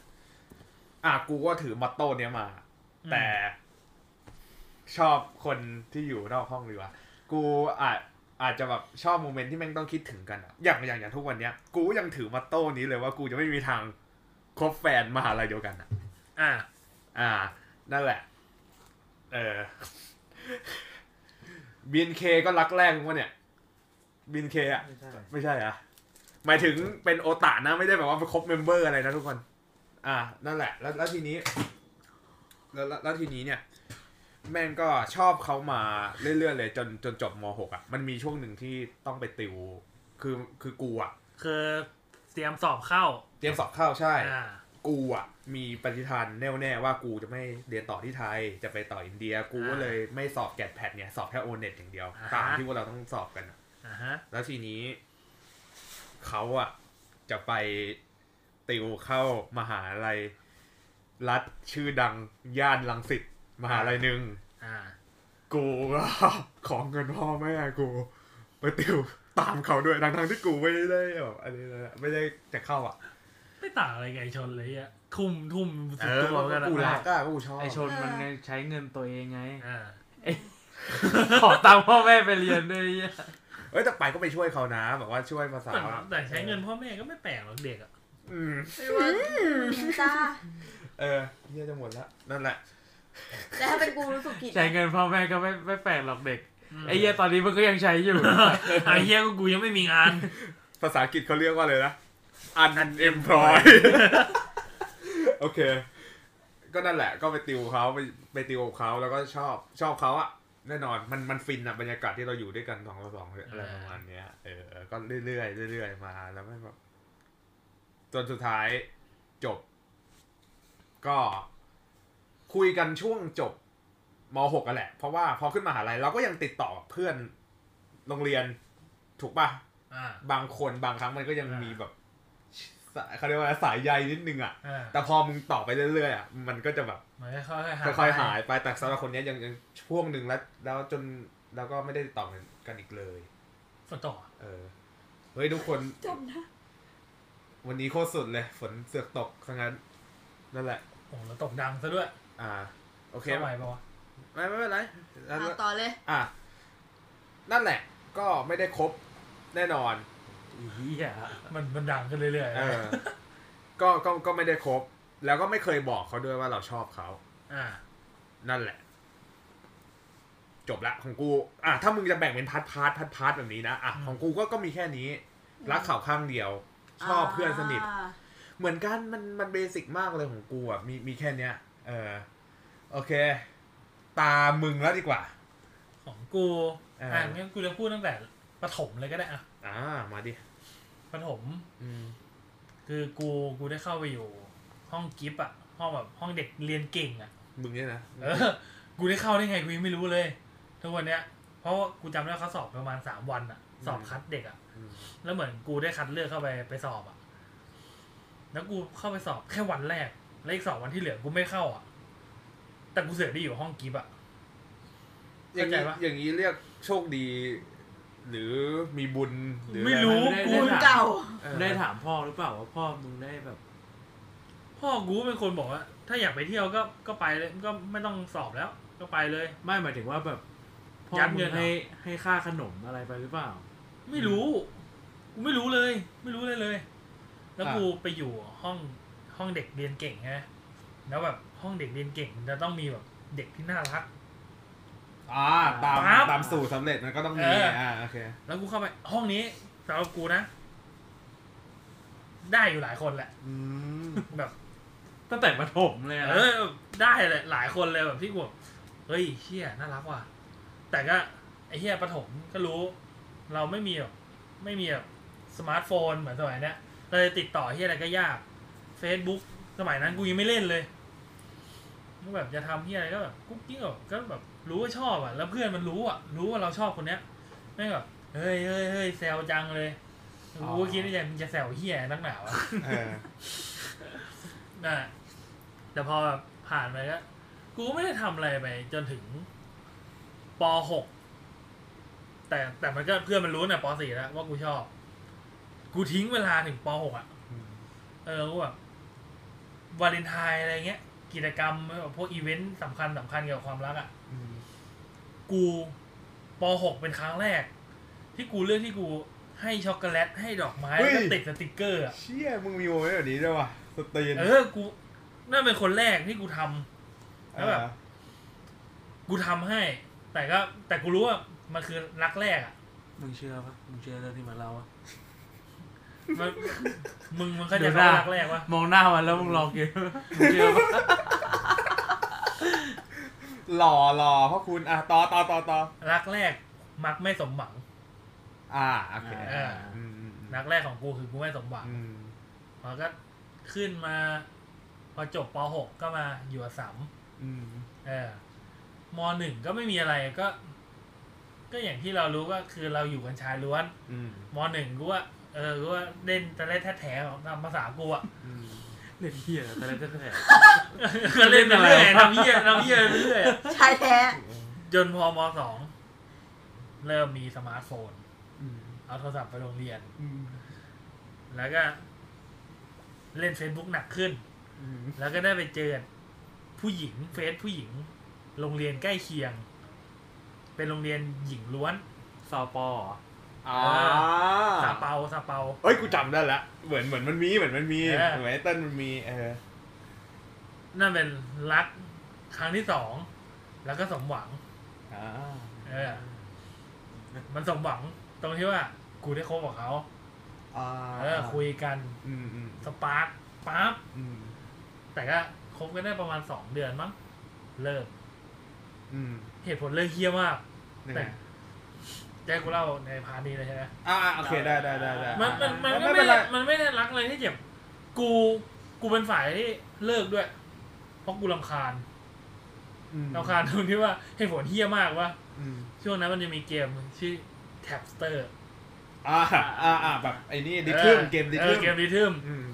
อ่ะกูก็ถือมอตโต้เนี้ยมา อืม แต่ ชอบคนที่อยู่นอกห้องดีกว่ากูอาจอาจจะแบบชอบโมเมนต์ที่แม่งต้องคิดถึงกันอะอย่างอย่างอย่างทุกวันเนี้ย กูยังถือมอตโต้นี้เลยว่ากูจะไม่มีทางคบแฟนมหาลัยเดียวกันอะ อ่า อ่า นั่นแหละ เออ บินเคก็รักแรกมึงวะเนี่ยบินเคอะ ไม่ใช่ ไม่ใช่อะหมายถึงเป็นโอตานะไม่ได้แบบว่าไปคบเมมเบอร์อะไรนะทุกคน อ่า นั่นแหละ แล้วแล้วทีนี้ แล้วแล้วแล้วทีนี้เนี่ย แม่งก็ชอบเขามาเรื่อยๆเลย จนจนจบมหกอ่ะ มันมีช่วงหนึ่งที่ต้องไปติว คือคือกูอ่ะ คือเตรียมสอบเข้า เตรียมสอบเข้าใช่ อ่า กูอ่ะมีปฏิทานแน่วแน่ว่ากูจะไม่เรียนต่อที่ไทย จะไปต่ออินเดีย กูก็ อ่า เลยไม่สอบแกดแพดเนี่ยสอบแค่โอเน็ตอย่างเดียว อ่าฮะ ตามที่พวกเราต้องสอบกันอะ อ่าฮะ แล้วทีนี้ เขาอ่ะ จะไปติวเข้ามหาลัยรัฐชื่อดังย่านลังสิตมหาลัยหนึ่ง อ่า กูก็ ขอเงินพ่อแม่กูไปติวตามเขาด้วยทั้งๆที่กูไม่ได้แบบอะไรเลยอะไม่ได้จะเข้าอ่ะ ไม่ต่างอะไรกับไอ้ชนเลยอะทุ่มทุ่มสุ เอ ด อ ตัวกันอะ กูรักอ่ะกูชอบ ไอชนมันใช้เงินตัวเองไง อ่า ขอตังค์พ่อแม่ไปเรียนด้วยไอ้เหี้ย เอ้ยแต่ไปก็ไปช่วยเขานะแบบว่าช่วยภาษา แต่แต่ใช้เงินพ่อแม่ก็ไม่แปลกหรอกเด็กอะ อืม ไม่ว่าจ้า เออเยี่ยจะหมดละนั่นแหละ แต่ถ้าเป็นกูรู้สึกผิด ใช้เงินพ่อแม่ก็ไม่ไม่แปลกหรอกเด็ก ม ไอ้เหี้ยตอนนี้มันก็ยังใช้อยู่ ไอ้เหี้ยก็กูยังไม่มีงาน ภาษาอังกฤษเขาเรี ยกว่าเลยนะ unemployed โอเค ก็นั่นแหละ ก็ไปติวเขาไปไปติวเขาแล้วก็ชอบชอบเขาอะแน่นอนมันมันฟินอะบรรยากาศที่เราอยู่ด้วยกันสองต่อสองอะไรประมาณเนี้ยเออเออก็เรื่อยๆเรื่อยๆมาแล้วไม่แบบจนสุดท้ายจบ ก็คุยกันช่วงจบมหกกันแหละ เพราะว่าพอขึ้นมหาลัยเราก็ยังติดต่อเพื่อนโรงเรียนถูกปะ อ่า บางคนบางครั้งมันก็ยัง อ่ามี มีแบบสายเขาเรียกว่าสายใยนิดนึงอ่ะ อ่า แต่พอมึงต่อไปเรื่อยๆอ่ะมันก็จะแบบ มันค่อยๆหาย ค่อยๆหายไปแต่สำหรับคนเนี้ยยังยังช่วงหนึ่งแล้ว แล้วจนแล้วก็ไม่ได้ติดต่อกันอีกเลย ฝนตกเหรอ เออเฮ้ยทุกคน จบนะ วันนี้โคตรสุดเลย ฝนเสือกตกซะงั้น นั่นแหละ โอ้โหแล้วตกดังซะด้วย อ่า โอเค เข้า ไห ไหวมปะวะ ไม่ไม่เป็นไรแล้ว เอาต่อเลย อ่ะ นั่นแหละ ก็ไม่ได้ครบแน่นอน เฮีย มันมันดังขึ้นเรื่อยๆ เอ อ ก็ก็ก็ไม่ได้ครบ แล้วก็ไม่เคยบอกเขาด้วยว่าเราชอบเขา อ่า นั่นแหละ จบละของกู อ่ะถ้ามึงจะแบ่งเป็นพาร์ทพาร์ทพาร์ทพาร์ทแบบนี้นะอ่ะ อืม ของกูก็ก็มีแค่นี้ ม รักเขาข้างเดียว ชอบเพื่อนสนิท อ่า เหมือนกันมันมันเบสิกมากเลยของกูอ่ะมีมีแค่เนี้ย เออ โอเค ตามึงแล้วดีกว่า ของกู เอออ่ อ่างั้นกูจะพูดตั้งแต่ประถมเลยก็ได้อ่ะ อ่ามาดิ ประถม อืม คือกูกูได้เข้าไปอยู่ ห้องกิฟต์อ่ะห้องแบบห้องเด็กเรียนเก่งอ่ะ มึงเนี่ยนะ เออ กูได้เข้าได้ไงกูยังไม่รู้เลยทุกวันเนี้ยเพราะว่ากูจำได้เขาสอบประมาณสามวันอ่ะ สอบคัดเด็กอ่ะ ม แล้วเหมือนกูได้คัดเลือกเข้าไปไปสอบอ่ะ แล้วกูเข้าไปสอบแค่วันแรก แล้วอีกสองวันที่เหลือกูไม่เข้าอ่ะ แต่กูเสือกได้อยู่ห้องกิฟต์อ่ะ อย่า เข้าง ใจ นี้ ปะ อย่างนี้เรียกโชคดี หรือมีบุญหรือ ไม่ อะ รู้กู บุญเก่า เออ ได้ถามพ่อหรือเปล่าว่าพ่อมึงได้แบบ พ่อกูเป็นคนบอกว่า ถ้าอยากไปเที่ยวก็ก็ไปเลยก็ไม่ต้องสอบแล้ว ก็ไปเลย ไม่หมายถึงว่าแบบพ่อ ยัด มึ เงิ ง นเหรอ ให้ให้ค่าขนมอะไรไปหรือเปล่า ไม่รู้ กูไม่รู้เลย ไม่รู้เลยเลย แล้วกูไปอยู่ห้องห้องเด็กเรียนเก่งฮะแล้วแบบห้องเด็กเรียนเก่งมันจะต้องมีแบบเด็กที่น่ารัก อ่าตาม ปั๊บ ตามสูตรสำเร็จมันก็ต้องมี เอออ่ อ่าโอเค แล้วกูเข้าไปห้องนี้สำหรับกูนะ ได้อยู่หลายคนแหละ อืม แบบ ตั้งแต่ประถมเลยนะ เออได้เลยหลายคนเลยแบบที่กูแบบเฮ้ยเฮียน่ารักว่ะแต่ก็ไอเฮียประถมก็รู้ เราไม่มีแบบไม่มีแบบสมาร์ทโฟนเหมือนสมัยเนี้ยเราจะติดต่อเฮียอะไรก็ยาก Facebook สมัยนั้นกูยังไม่เล่นเลยกูแบบจะทำเฮียอะไรก็แบบกุ๊กกิ๊กแบบก็แบบรู้ว่าชอบอ่ะ แล้วเพื่อนมันรู้อ่ะ รู้ว่าเราชอบคนเนี้ยไม่งแบบเฮ้ยเฮ้ยเฮ้ยแซวจังเลย อ๋อ กูก็คิดในใจมึงจะแซวเฮียนักหนาวะ เออ น่ะแต่พอแบบผ่านไปก็กูไม่ได้ทำอะไรไป จนถึงปหกแต่แต่มันก็เพื่อนมันรู้นะปสี่แล้วว่ากูชอบ กูทิ้งเวลาถึงปหกอ่ะ อืม เออกูแบบวาเลนไทน์อะไรเงี้ย กิจกรรมพวกอีเวนต์สำคัญสำคัญเกี่ยวกับความรักอ่ะ อืม กูปหกเป็นครั้งแรก ที่กูเลือกที่กูให้ช็อกโกแลตให้ดอกไม้แล้วก็ติดสติกเกอร์อะ เชี่ยมึงมีโมเมนต์แบบนี้ด้วยวะสตรีน เออ กูนั่นเป็นคนแรกที่กูทำ แล้วแบบ กูทำให้ แต่ก็ แต่กูรู้ว่ามันคือรักแรกอ่ะ มึงเชื่อปะมึงเชื่อเรื่องที่มันเล่าปะ มัน มึงมึงเข้าใจ เดี๋ยว คำว่า นะ รักแรกวะ มองหน้ามันแล้วมึงลอง กินมึงเชื่อปะ หล่อหล่อพ่อคุณ อ่ะ ต่อต่อต่อต่อ รักแรกมักไม่สมหวัง อ่า โอเค เออ อืมอืม รักแรกของกูคือกูไม่สมหวัง อืม แล้วก็ขึ้นมา พอจบป .6 ก็มาอยู่อัสสัม อืม เออม .1 ก็ไม่มีอะไรก็ ก็อย่างที่เรารู้ก็คือเราอยู่กันชายล้วน อืม ม .1 กูว่าเออกูว่าเล่นแต่เล่นแท้ๆของตามภาษากูอ่ะ อืม เล่นเฮียแต่เล่นแต่ ก็เล่นไปเล่นอะเรื่อยไรวะ ทำเยี่ยทำเยี่ยไปเรื่อยอะ ชายแท้ จนพอมสองเริ่มมีสมาร์ทโฟน อืม เอาโทรศัพท์ไปโรงเรียน อืม แล้วก็ เล่น Facebook หนักขึ้น อืม แล้วก็ได้ไปเจอผู้หญิงเฟซผู้หญิง โรงเรียนใกล้เคียง เป็นโรงเรียนหญิงล้วน ซอปอเหรอ อ่า ซาเปาซาเปา เฮ้ย กูจำได้ละ เหมือนเหมือนมันมีเหมือนมันมี เออ เหมือนไอ้เต้นมันมี เออ นั่นเป็นรักครั้งที่สอง แล้วก็สมหวัง อ่า เออ มันสมหวังตรงที่ว่า กูได้คบกับเขา อ่า เออคุยกัน อืมอืม สปาร์คปั๊บ อืม แต่ก็ค คบกันได้ประมาณสองเดือนมั้งเลิก อืม เหตุผลเลิกเฮี้ยมาก ยังไง แต่แจ้งกูเล่าในพาร์ทนี้เลยใช่ไหม อ่าโอเคได้ได้ได้ได้ มันมันมันก็ไม่ไม่เป็นไร มันไม่ได้รักอะไรที่เจ็บกูกูเป็นฝ่ายที่เลิกด้วย เพราะกูรำคาญ อืม รำคาญตรงที่ว่าเหตุผลเฮี้ยมากว่า อืม ช่วงนั้นมันจะมีเกมชื่อแท็บสเตอร์ อ่าอ่าอ่าแบบไอ้นี่ดิทึมเกมดิทึม เกมดิทึม อืม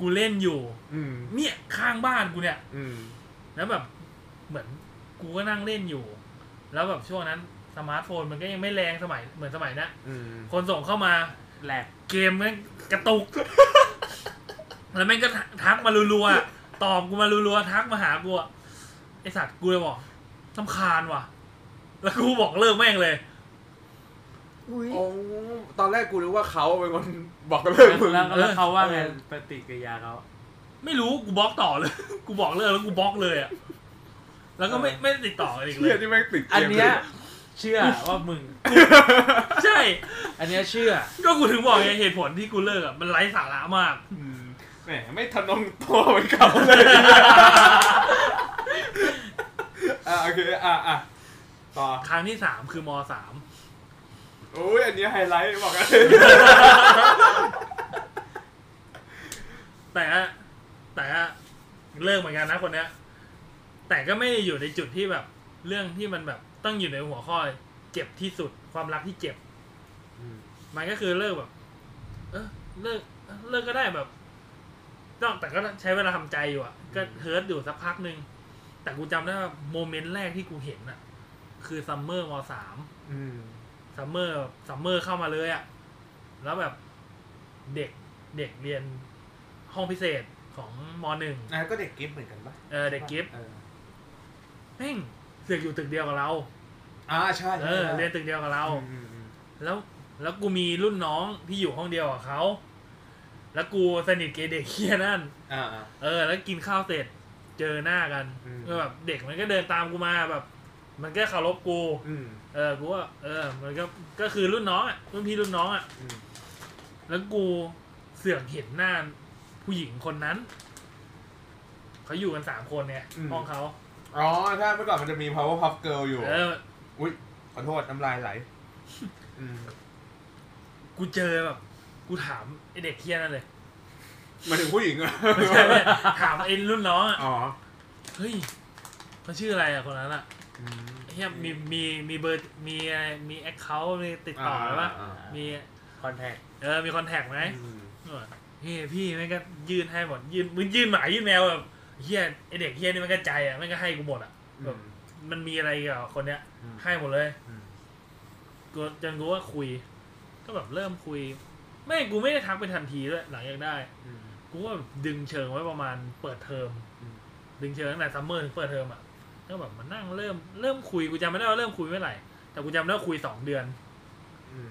กูเล่นอยู่ อืม เนี่ยข้างบ้านกูเนี่ย อืม แล้วแบบเหมือนกูก็นั่งเล่นอยู่ แล้วแบบช่วงนั้นสมาร์ทโฟนมันก็ยังไม่แรงสมัยเหมือนสมัยเนะ อืม คนส่งเข้ามา แหลก เกมแม่งกระตุก แล้วแม่งก็ทักมารัวๆตอบกูมารัวๆทักมาหากูอะไอสัตว์กูเลยบอกสำคาญว่ะ แล้วกูบอกเลิกแม่งเลย อุ้ย โอ้ตอนแรกกูรู้ว่าเขาเป็นคนบอกเลิกมึง แล้วแล้วแล้วเขาว่าไง เออ ปฏิกิริยาเขา ไม่รู้กูบล็อกต่อเลย กูบอกเลิกแล้วกูบล็อกเลยอะแล้วก็ไม่ไม่ติดต่อกันอีกเล เฮีย ย ที่แม่งติดเกม อันเนี้ยเชื่อว่ามึง ใช่ อันเนี้ยเชื่อ ก็กูถึงบอกไงเหตุผลที่กูเลิกอะมันไร้สาระมาก อืมแหมไม่ทำนองตัวเหมือนเขาเลยอ่าโอเคอ่าอ่าต่อ ครั้งที่สามคือมสาม โอ้ยอันเนี้ยไฮไลท์บอกกัน แต่แต่เลิกเหมือนกันนะคนเนี้ย แต่ก็ไม่ได้อยู่ในจุดที่แบบ เรื่องที่มันแบบต้องอยู่ในหัวข้อเจ็บที่สุดความรักที่เจ็บ มันก็คือเลิกแบบ เออเลิกเลิกก็ได้แบบนอกแต่ก็ใช้เวลาทำใจอยู่อะก็เฮิร์ตอยู่สักพักหนึ่งแต่กูจำได้ว่าโมเมนต์แรกที่กูเห็นอะคือซัมเมอร์มสาม อืม ซัมเมอร์ซัมเมอร์เข้ามาเลยอะแล้วแบบเด็กเด็กเรียนห้องพิเศษของมหนึ่ง อ่ะก็เด็กกิฟต์เหมือนกันปะ เออเด็กกิฟต์ ออ แม่งเสือกอยู่ตึกเดียวกับเรา อ่าใช่ เอ ใช่ อ ใช่ เรียนตึกเดียวกับเรา อืมอืม แล้วแล้วกูมีรุ่นน้องที่อยู่ห้องเดียวกับเขา แล้วกูสนิทกับเด็กเคียนั่น อ่าอ่า เออ แล้วกินข้าวเสร็จเจอหน้ากัน อืม ก็แบบเด็กมันก็เดินตามกูมาแบบ มันก็เคารพกู อืม เออ กูว่าเออ มันก็ก็คือรุ่นน้องอ่ะรุ่นพี่รุ่นน้องอ่ะ อืม แล้วกูเสือกเห็นหน้าผู้หญิงคนนั้น เขาอยู่กันสามคนเนี่ยห้องเขา อ๋อใช่เมื่อก่อนมันจะมี power puff girl อยู่ เออ อุ้ยขอโทษน้ำลายไหลอืม กูเจอแบบ กูถามไอเด็กเคียนั่ นเลย หมายถึงผู้หญิงอะ ไม่ใช่ไม่ใช่ถามไอรุ่นน้องอ่ะ อ๋อ เฮ้ยเขาชื่ออะไรอ่ะคนนั้นอ่ะ อืม เฮียมีมีมีเบอร์มีอะไรมีแอคเคาท์มีติดต่อไหมวะ า อ่ามี มี คอนแทค เออมีคอนแทคไหม อืม เฮ้ยพี่แม่งก็ยื่นให้หมดยื่นมึงยื่นหมายื่นแมวแบบเฮียไอเด็กเฮียนี่มันก็ใจอ่ะแม่งก็ให้กูหมดอ่ะแบ อื บ ม มันมีอะไรกับคนเนี้ย อืม ให้หมดเลย อืม กูจนกูว่าคุย ก็แบบเริ่มคุย ไม่กูไม่ได้ทักไปทันทีด้วยหลังจากได้ อืม กูก็ดึงเชิงไว้ประมาณเปิดเทอม อืม ดึงเชิงตั้งแต่ซัมเมอร์ถึงเปิดเทอมอ่ะก็แบบมานั่งเริ่มเริ่มคุยกูจำไม่ได้ว่าเริ่มคุยเมื่อไหร่ แต่กูจำได้ว่าคุยสองเดือน อืม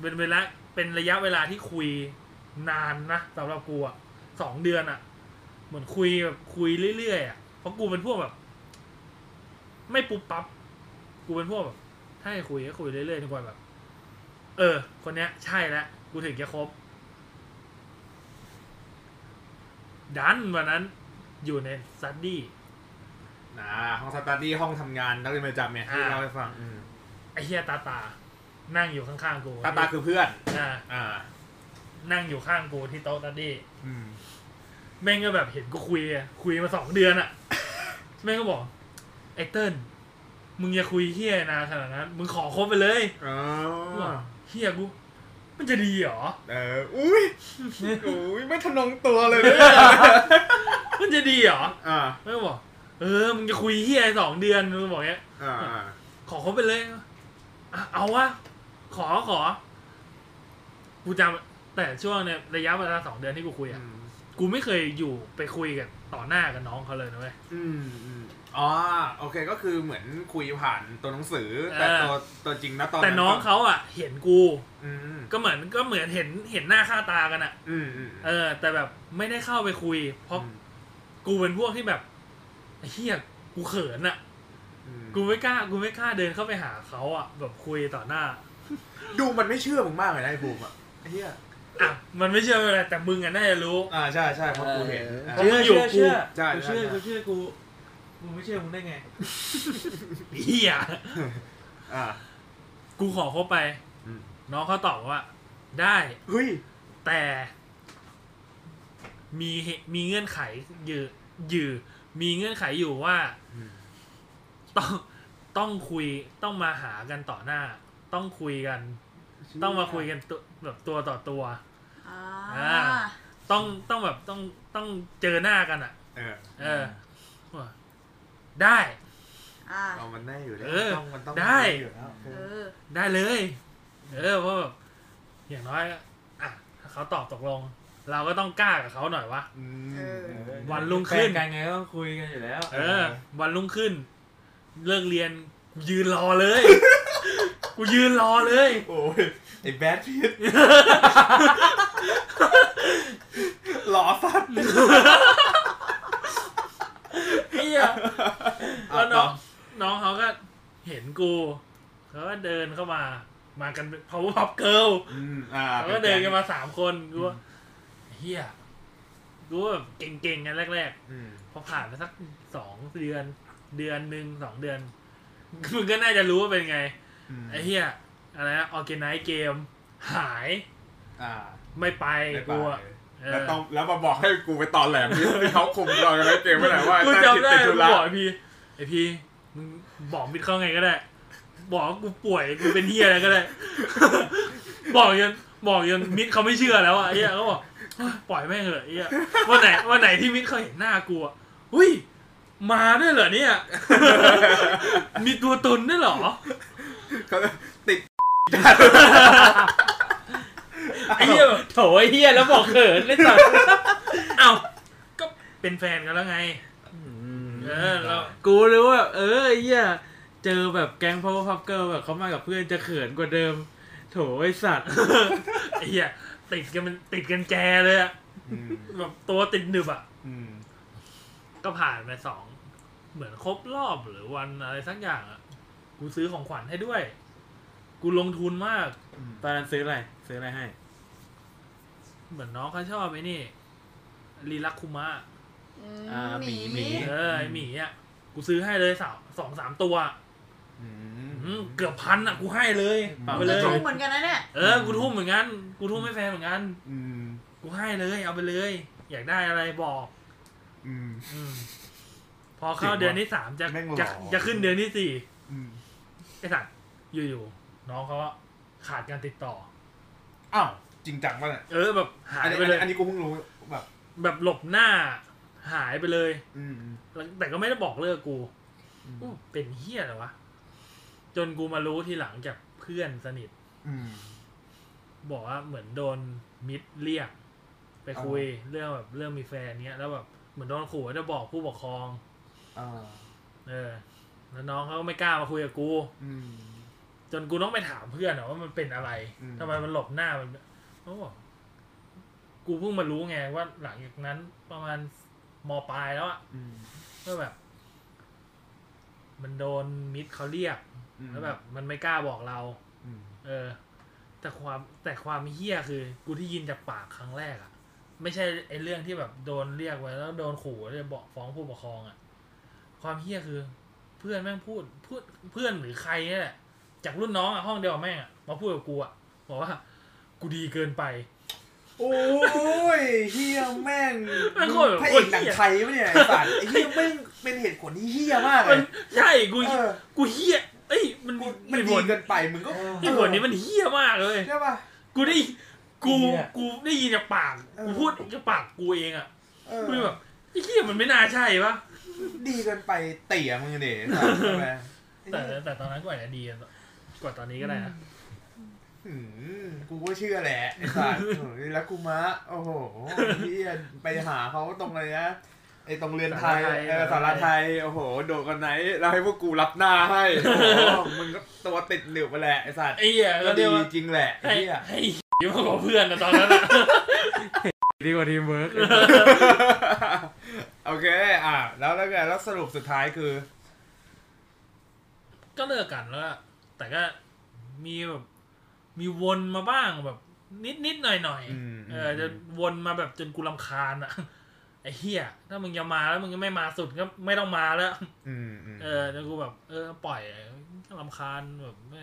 เป็นเวลาเป็นระยะเวลาที่คุยนานนะสำหรับกูอ่ะสองเดือนอ่ะ เหมือนคุยแบบคุยเรื่อยๆอ่ะเพราะกูเป็นพวกแบบ ไม่ปุ๊บปั๊บกูเป็นพวกแบบถ้าให้คุยก็คุยเรื่อยๆจนกว่าแบบ เออ คนเนี้ย ใช่แล้วกูถึงจะคบดันวันนั้น อยู่ในสตัดดี้ นะห้องสตาร์ดี้ห้องทำงานนักเรียนประจำเนี่ยที่ อ่า เล่าให้ฟังอืม ไอ้เฮียตาตา นั่งอยู่ข้างๆกู ตาตาคือเพื่อน อ่า อ่า นั่งอยู่ข้างกูที่โต๊ะสตัดดี้ อืม แม่งก็แบบเห็นกูคุยอะคุยมาสองเดือนอะ แม่งก็บอกไอ้เติ้ลมึงอย่าคุยเฮียนานขนาดนั้น มึงขอคบไปเลย อ๋อ กูบอกเฮียกู มันจะดีเหรอ เอออุ้ยอุ้ยไม่ทะนงตัวเลยเนี่ย มันจะดีเหรอ อ่า แม่งก็บอก เออ มึงจะคุยเฮียสองเดือนมึงบอกเงี้ย อ่าอ่า ขอคบไปเลยอ่ะเอาวะขอขอ กูจำแต่ช่วงเนี่ยระยะเวลาสองเดือนที่กูคุย อื อะ ม กูไม่เคยอยู่ไปคุยกับต่อหน้ากับน้องเขาเลยนะเว้ย อืมอืมอ๋อโอเคก็คือเหมือนคุยผ่านตัวหนังสือ แต่ เออ ตัวตัวจริงนะตอน แต่น้องเขาอะเห็นกู อืม ก็เหมือนก็เหมือนเห็นเห็นหน้าค่าตากันอะ อืมอืม เออ แต่แบบไม่ได้เข้าไปคุย เพราะกูเป็นพวกที่แบบไอ้เฮียกูเขินอะ อืม กูไม่กล้ากูไม่กล้าเดินเข้าไปหาเขาอะแบบคุยต่อหน้า ดูมันไม่เชื่อมึงมากเลยนะไอ้ภูมิอ่ะไอ้เฮีย อ่ะมันไม่เชื่อไม่เป็นไรแต่มึงอ่ะน่าจะรู้ อ่าใช่ใช่เพราะกูเห็นอ่ะ เชื่ออยู่กู เชื่อ ใช่ กูเชื่อ ใช่ กูเชื่อกูมึงไม่เชื่อมึงได้ไง เฮีย อ่า กูขอคบไป อืม น้องเขาตอบว่า ได้ เฮ้ย แต่ มีเหมีเงื่อนไขอยู่อยู่มีเงื่อนไขอยู่ว่า อืม ต้องต้องคุยต้องมาหากันต่อหน้า ต้องคุยกัน ต้องมาคุยกันตัวแบบตัวต่อตัว อ่ อ่า า ต้องต้องแบบต้องต้องเจอหน้ากันอ่ะ เออ เออว่าได้ อ่า เอามันแน่อยู่แล้ว เออ ต้องมันต้อง ได้ มันอยู่แล้วเอ เอ อ อ ได้เลย เออเพราะแบบอย่างน้อยก็อ่ะถ้าเขาตอบตกลง เราก็ต้องกล้ากับเขาหน่อยวะ อื เออ ม วันรุ่งขึ้น แฟกันไงก็ต้องคุยกันอยู่แล้ว เออ วันรุ่งขึ้น เลิกเรียนกูยืนรอ เลย กูยืนรอเลย โอ้ยไอ้แบทพีท หล่อสัตว์ เฮียแล้วน้องน้องเขาก็เห็นกูเขาก็เดินเข้ามา มากันเป็น power pop girl อืมอ่า เขาก็เดินกันมาสามคนกูว่าเฮียกูว่าแบบเก่งๆกันแรก อืม ๆ พอผ่านไปสักสองเดือน เดือนหนึ่งสองเดือน มึงก็น่าจะรู้ว่าเป็นไง อืม ไอ้เฮียอะไรนะออเกนไนเกม หาย อ่า ไม่ไป ไม่ไป กูอะเอ แล้ว อ ต้องแล้วมาบอกให้กูไปตอนแหลมที่ที่เขาคุมเรากันไว้เกมไว้ไหนว่า กู ตั้งจิต จำได้ เป็น กู ธุระ บอกไอ้พี่ไอพี่มึงบอกมิดเข้าไงก็ได้ บอกว่ากูป่วยกูเป็นเฮียอะไรก็ได้ บอกจนบอกจนมิดเขาไม่เชื่อแล้วอะไอ้เฮียเขาบอกปล่อยแม่งเหอะไอ้เฮียวันไหนวันไหนที่มิดเขาเห็นหน้ากูอะอุ้ยมาด้วยเหรอเนี่ย มีตัวตนด้วยเหรอ เขาติด ไอ้เฮียแบบ โถไอ้เฮียแล้วบอกเขินเลยสัตว์ เอ้าก็เป็นแฟนกันแล้วไง เออเรา กูเลยว่า เออไอ้เหี้ยเจอแบบแก๊ง power pop girl แบบเขามากับเพื่อนจะเขินกว่าเดิม โถไอสัตว์ ไอ้เหี้ยติดกันมันติดกันแจเลยอะ อืม แบบตัวติดหนึบอะ อืม ก็ผ่านไปสอง เหมือนครบรอบหรือวันอะไรสักอย่างอะกูซื้อของขวัญให้ด้วย กูลงทุนมาก ตอนนั้นซื้ออะไร ซื้ออะไรให้ เหมือนน้องเขาชอบไอ้นี่ลีลักคุมะ อื อ่าม ห ห มีหมีมี เออไอหมีอะกูซื้อให้เลยสามสองสามตัว อื อื ม มเกือบพันอะกูให้เลยเอาไป ก็ เลย ทุ่มเหมือนกันนะเนี่ย เออกูทุ่มเหมือนกันกูทุ่มให้แฟนเหมือนกัน อืม กูให้เลยเอาไปเลย อยากได้อะไรบอก อืม อืม พอเข้าเดือนที่สามจะ แม่งหล่อ จะจะขึ้นเดือนที่สี่ อืม ไอ้สัตว์อยู่ๆน้องเขาขาดการติดต่อ อ้าวจริงจังป่ะเนี่ย เออแบบหาย อันนี้ ไปเลย อันนี้กูเพิ่งรู้แบบ แบบหลบหน้า หายไปเลย อืม แล้วแต่ก็ไม่ได้บอกเลิกกูอู้เป็นเฮี้ยอะไรวะ จนกูมารู้ทีหลังจากเพื่อนสนิท อืม บอกว่าเหมือนโดนมิตรเรียก ไปคุยเรื่องแบบเรื่องมีแฟนเนี้ยแล้วแบบเหมือนโดนขู่ว่าจะบอกผู้ปกครอง อ่า เออ แล้วน้องเขาก็ไม่กล้ามาคุยกับกู อืม จนกูต้องไปถามเพื่อนอะว่ามันเป็นอะไร อืม ทำไมมันหลบหน้ามันเขาบอกกูเพิ่งมารู้ไงว่าหลังจากนั้นประมาณมปลายแล้วอะ อืม ก็แบบ มันโดนมิตรเขาเรียก อืม แล้วแบบ มันไม่กล้าบอกเรา อืม เออ แต่ความแต่ความเฮี้ยคือ กูที่ยินจากปากครั้งแรกอะไม่ใช่ไอ้เรื่องที่แบบโดนเรียกไว้แล้วโดนขู่จะบอกฟ้องผู้ปกครองอะความเฮี้ยคือ เพื่อนแม่งพูดพูดเพื่อนหรือใครเนี่ยแหละจากรุ่นน้องอะห้องเดียวกับแม่งอะมาพูดกับกูอะบอกว่า กูดีเกินไป โอ้ยเฮียแม่ง แม่งโคตรแบบ พระเอกหนังไทยปะเนี่ยไอ้สัตว์ไอ้เฮียแม่งเป็นเหตุผลที่เฮียมากเล มัน ย ใช่กู เออ กูเฮี้ยเอ้ยมัน กู มั มัน น ผ ดี ล เกินไปมึงก็ ที่ผลนี้มันเฮี้ยมากเลย ใช่ป่ะ กูได้กู เหี้ย กูได้ยินจากปาก เออ กูพูดจากปากกูเองอะ เออ คือแบบไอ้เหี้ยมันไม่น่าใช่ปะ ดีเกินไปเตี่ยมึงเนี่ยไอ้สัตว์ใช่ไหม แต่แต่ตอนนั้นก็อาจจะดีกว่าตอนนี้ก็ได้นะ หืมกูก็เชื่อแหละไอ้สัตว์เออแล้วกูมะโอ้โหเฮียไปหาเขาตรงเลยนะไอ้ตรงเรือนไทยเออสาราไทยโอ้โห โดดกันไหนแล้วให้พวกกูรับหน้าให้โอ้โหมึงก็ตัวติดหนึบไปแหละไอ้สัตว์ ไอ้เหี้ย ก็ ก็ ดี เรียกว่า จริงแหละไอ้ ให้ เหี้ย ให้ยิ่มากกว่าเพื่อนนะตอนนั้นอะ ดีกว่าทีมเวิร์ก โอเค อ่ะ แล้วแล้วไงแล้วสรุปสุดท้ายคือ ก็เลิกกันแล้วอะแต่ก็มีแบบมีวนมาบ้างแบบ นิดนิดๆหน่อยหน่อยๆ อืม เออจะวนมาแบบจนกูลำคาญอ่ะ ไอ้เหี้ยถ้ามึงจะมาแล้วมึงก็ไม่มาสุดก็ไม่ต้องมาแล้ว อืมอืม เออแล้วกูแบบ เออปล่อยลำคาญแบบไม่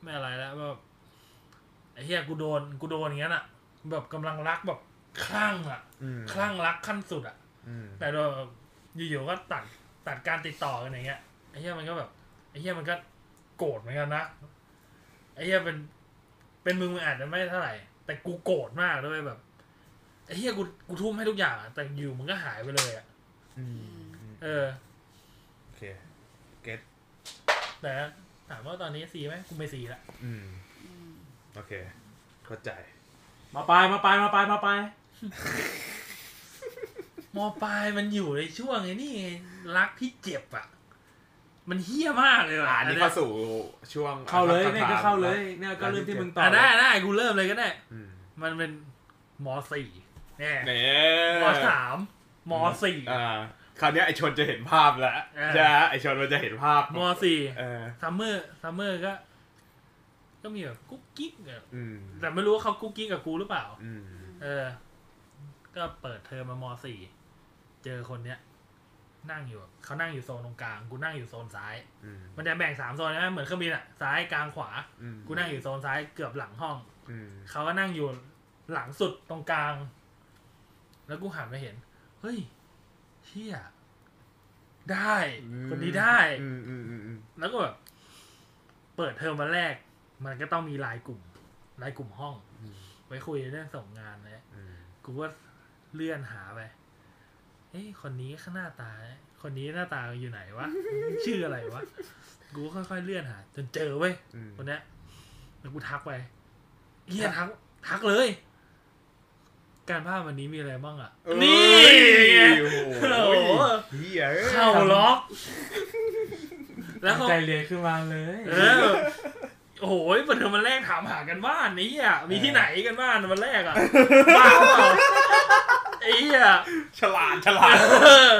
ไม่อะไรแล้วแบบไอ้เหี้ยกูโดนกูโดนอย่างนั้นอ่ะ แบบกำลังรักแบบคลั่งอ่ะ ม คลั่งรักขั้นสุดอ่ะ อืม แต่เราอยู่ๆก็ตัดตัดการติดต่อกันอย่างเงี้ยไอ้เหี้ยมันก็แบบไอ้เหี้ยมันก็โกรธเหมือนกันนะไอ้เหี้ยเป็นเป็นมึงมึงอาจจะไม่เท่าไหร่ แต่กูโกรธมากด้วยแบบไอ้เหี้ยกูกูทุ่มให้ทุกอย่างอะแต่อยู่มึงก็หายไปเลยอ่ะ อืมอืม เออ โอเคเก็ต แต่ถามว่าตอนนี้ซีไหมกูไม่ซีละ อืม อืม โอเคเข้าใจ มาปลายมาปลายมาปลายมาปลาย มอปลายมันอยู่ในช่วงไอ้นี่ไงรักที่เจ็บอ่ะ มันเฮี้ยมากเลยว่ะ อ่านี่เข้าสู่ช่วง เข้าเลย คำถม เนี่ยก็เข้าเลยเนี่ยก็เรื่องที่มึงต่อ อ่ะได้ได้กูเริ่มเลยก็ได้ อืม มันเป็นมสี่เนี่ย เนี่ย มสามมสี่ อ่าคราวเนี้ยไอชนจะเห็นภาพแล้ว เออ ใช่ไหมไอชนมันจะเห็นภาพ มสี่ เออ ซัมเมอร์ซัมเมอร์ก็ ก็มีแบบกุ๊กกิ๊กอะ อืม แต่ไม่รู้ว่าเขากุ๊กกิ๊กกับกูหรือเปล่า อืม เออ ก็เปิดเทอมมามสี่เจอคนเนี้ย นั่งอยู่อะเขานั่งอยู่โซนตรงกลาง กูนั่งอยู่โซนซ้าย อืม มันจะแบ่งสามโซนนะเหมือนเครื่องบินอะซ้ายกลางขวา อืม กูนั่งอยู่โซนซ้ายเกือบหลังห้อง อืม เขาก็นั่งอยู่หลังสุดตรงกลาง แล้วกูหันไปเห็น เฮ้ยเชี่ยได้ คนนี้ได้ อืมอืมอืมอืม แล้วก็แบบ เปิดเทอมวันแรก มันก็ต้องมีไลน์กลุ่มไลน์กลุ่มห้อง ไว้คุยเรื่องส่งงานเลย อืม กูก็เลื่อนหาไปเอ้ยคนนี้ข้างหน้าตา คนนี้หน้าตาอยู่ไหนวะ ชื่ออะไรวะ กูก็ค่อยๆเลื่อนหา จนเจอเว้ย อืม คนเนี้ยแล้วกูทักไปเฮียทัก ทักเลย การภาพวันนี้มีอะไรบ้างอ่ะ นี่ โอ้โห โอ้โห เหี้ยอ้ย เข้าล็อก แล้ว ตั้ ก็ งใจเรียนขึ้นมาเลย เออโอ้โหเปิดเทอมวันแรกถามหากันบ้านนี้อ่ะมีที่ไหนกันบ้านวันแรกอ่ะบ้าเปล่าไอ้เหี้ย ฉลาดฉลาด เออ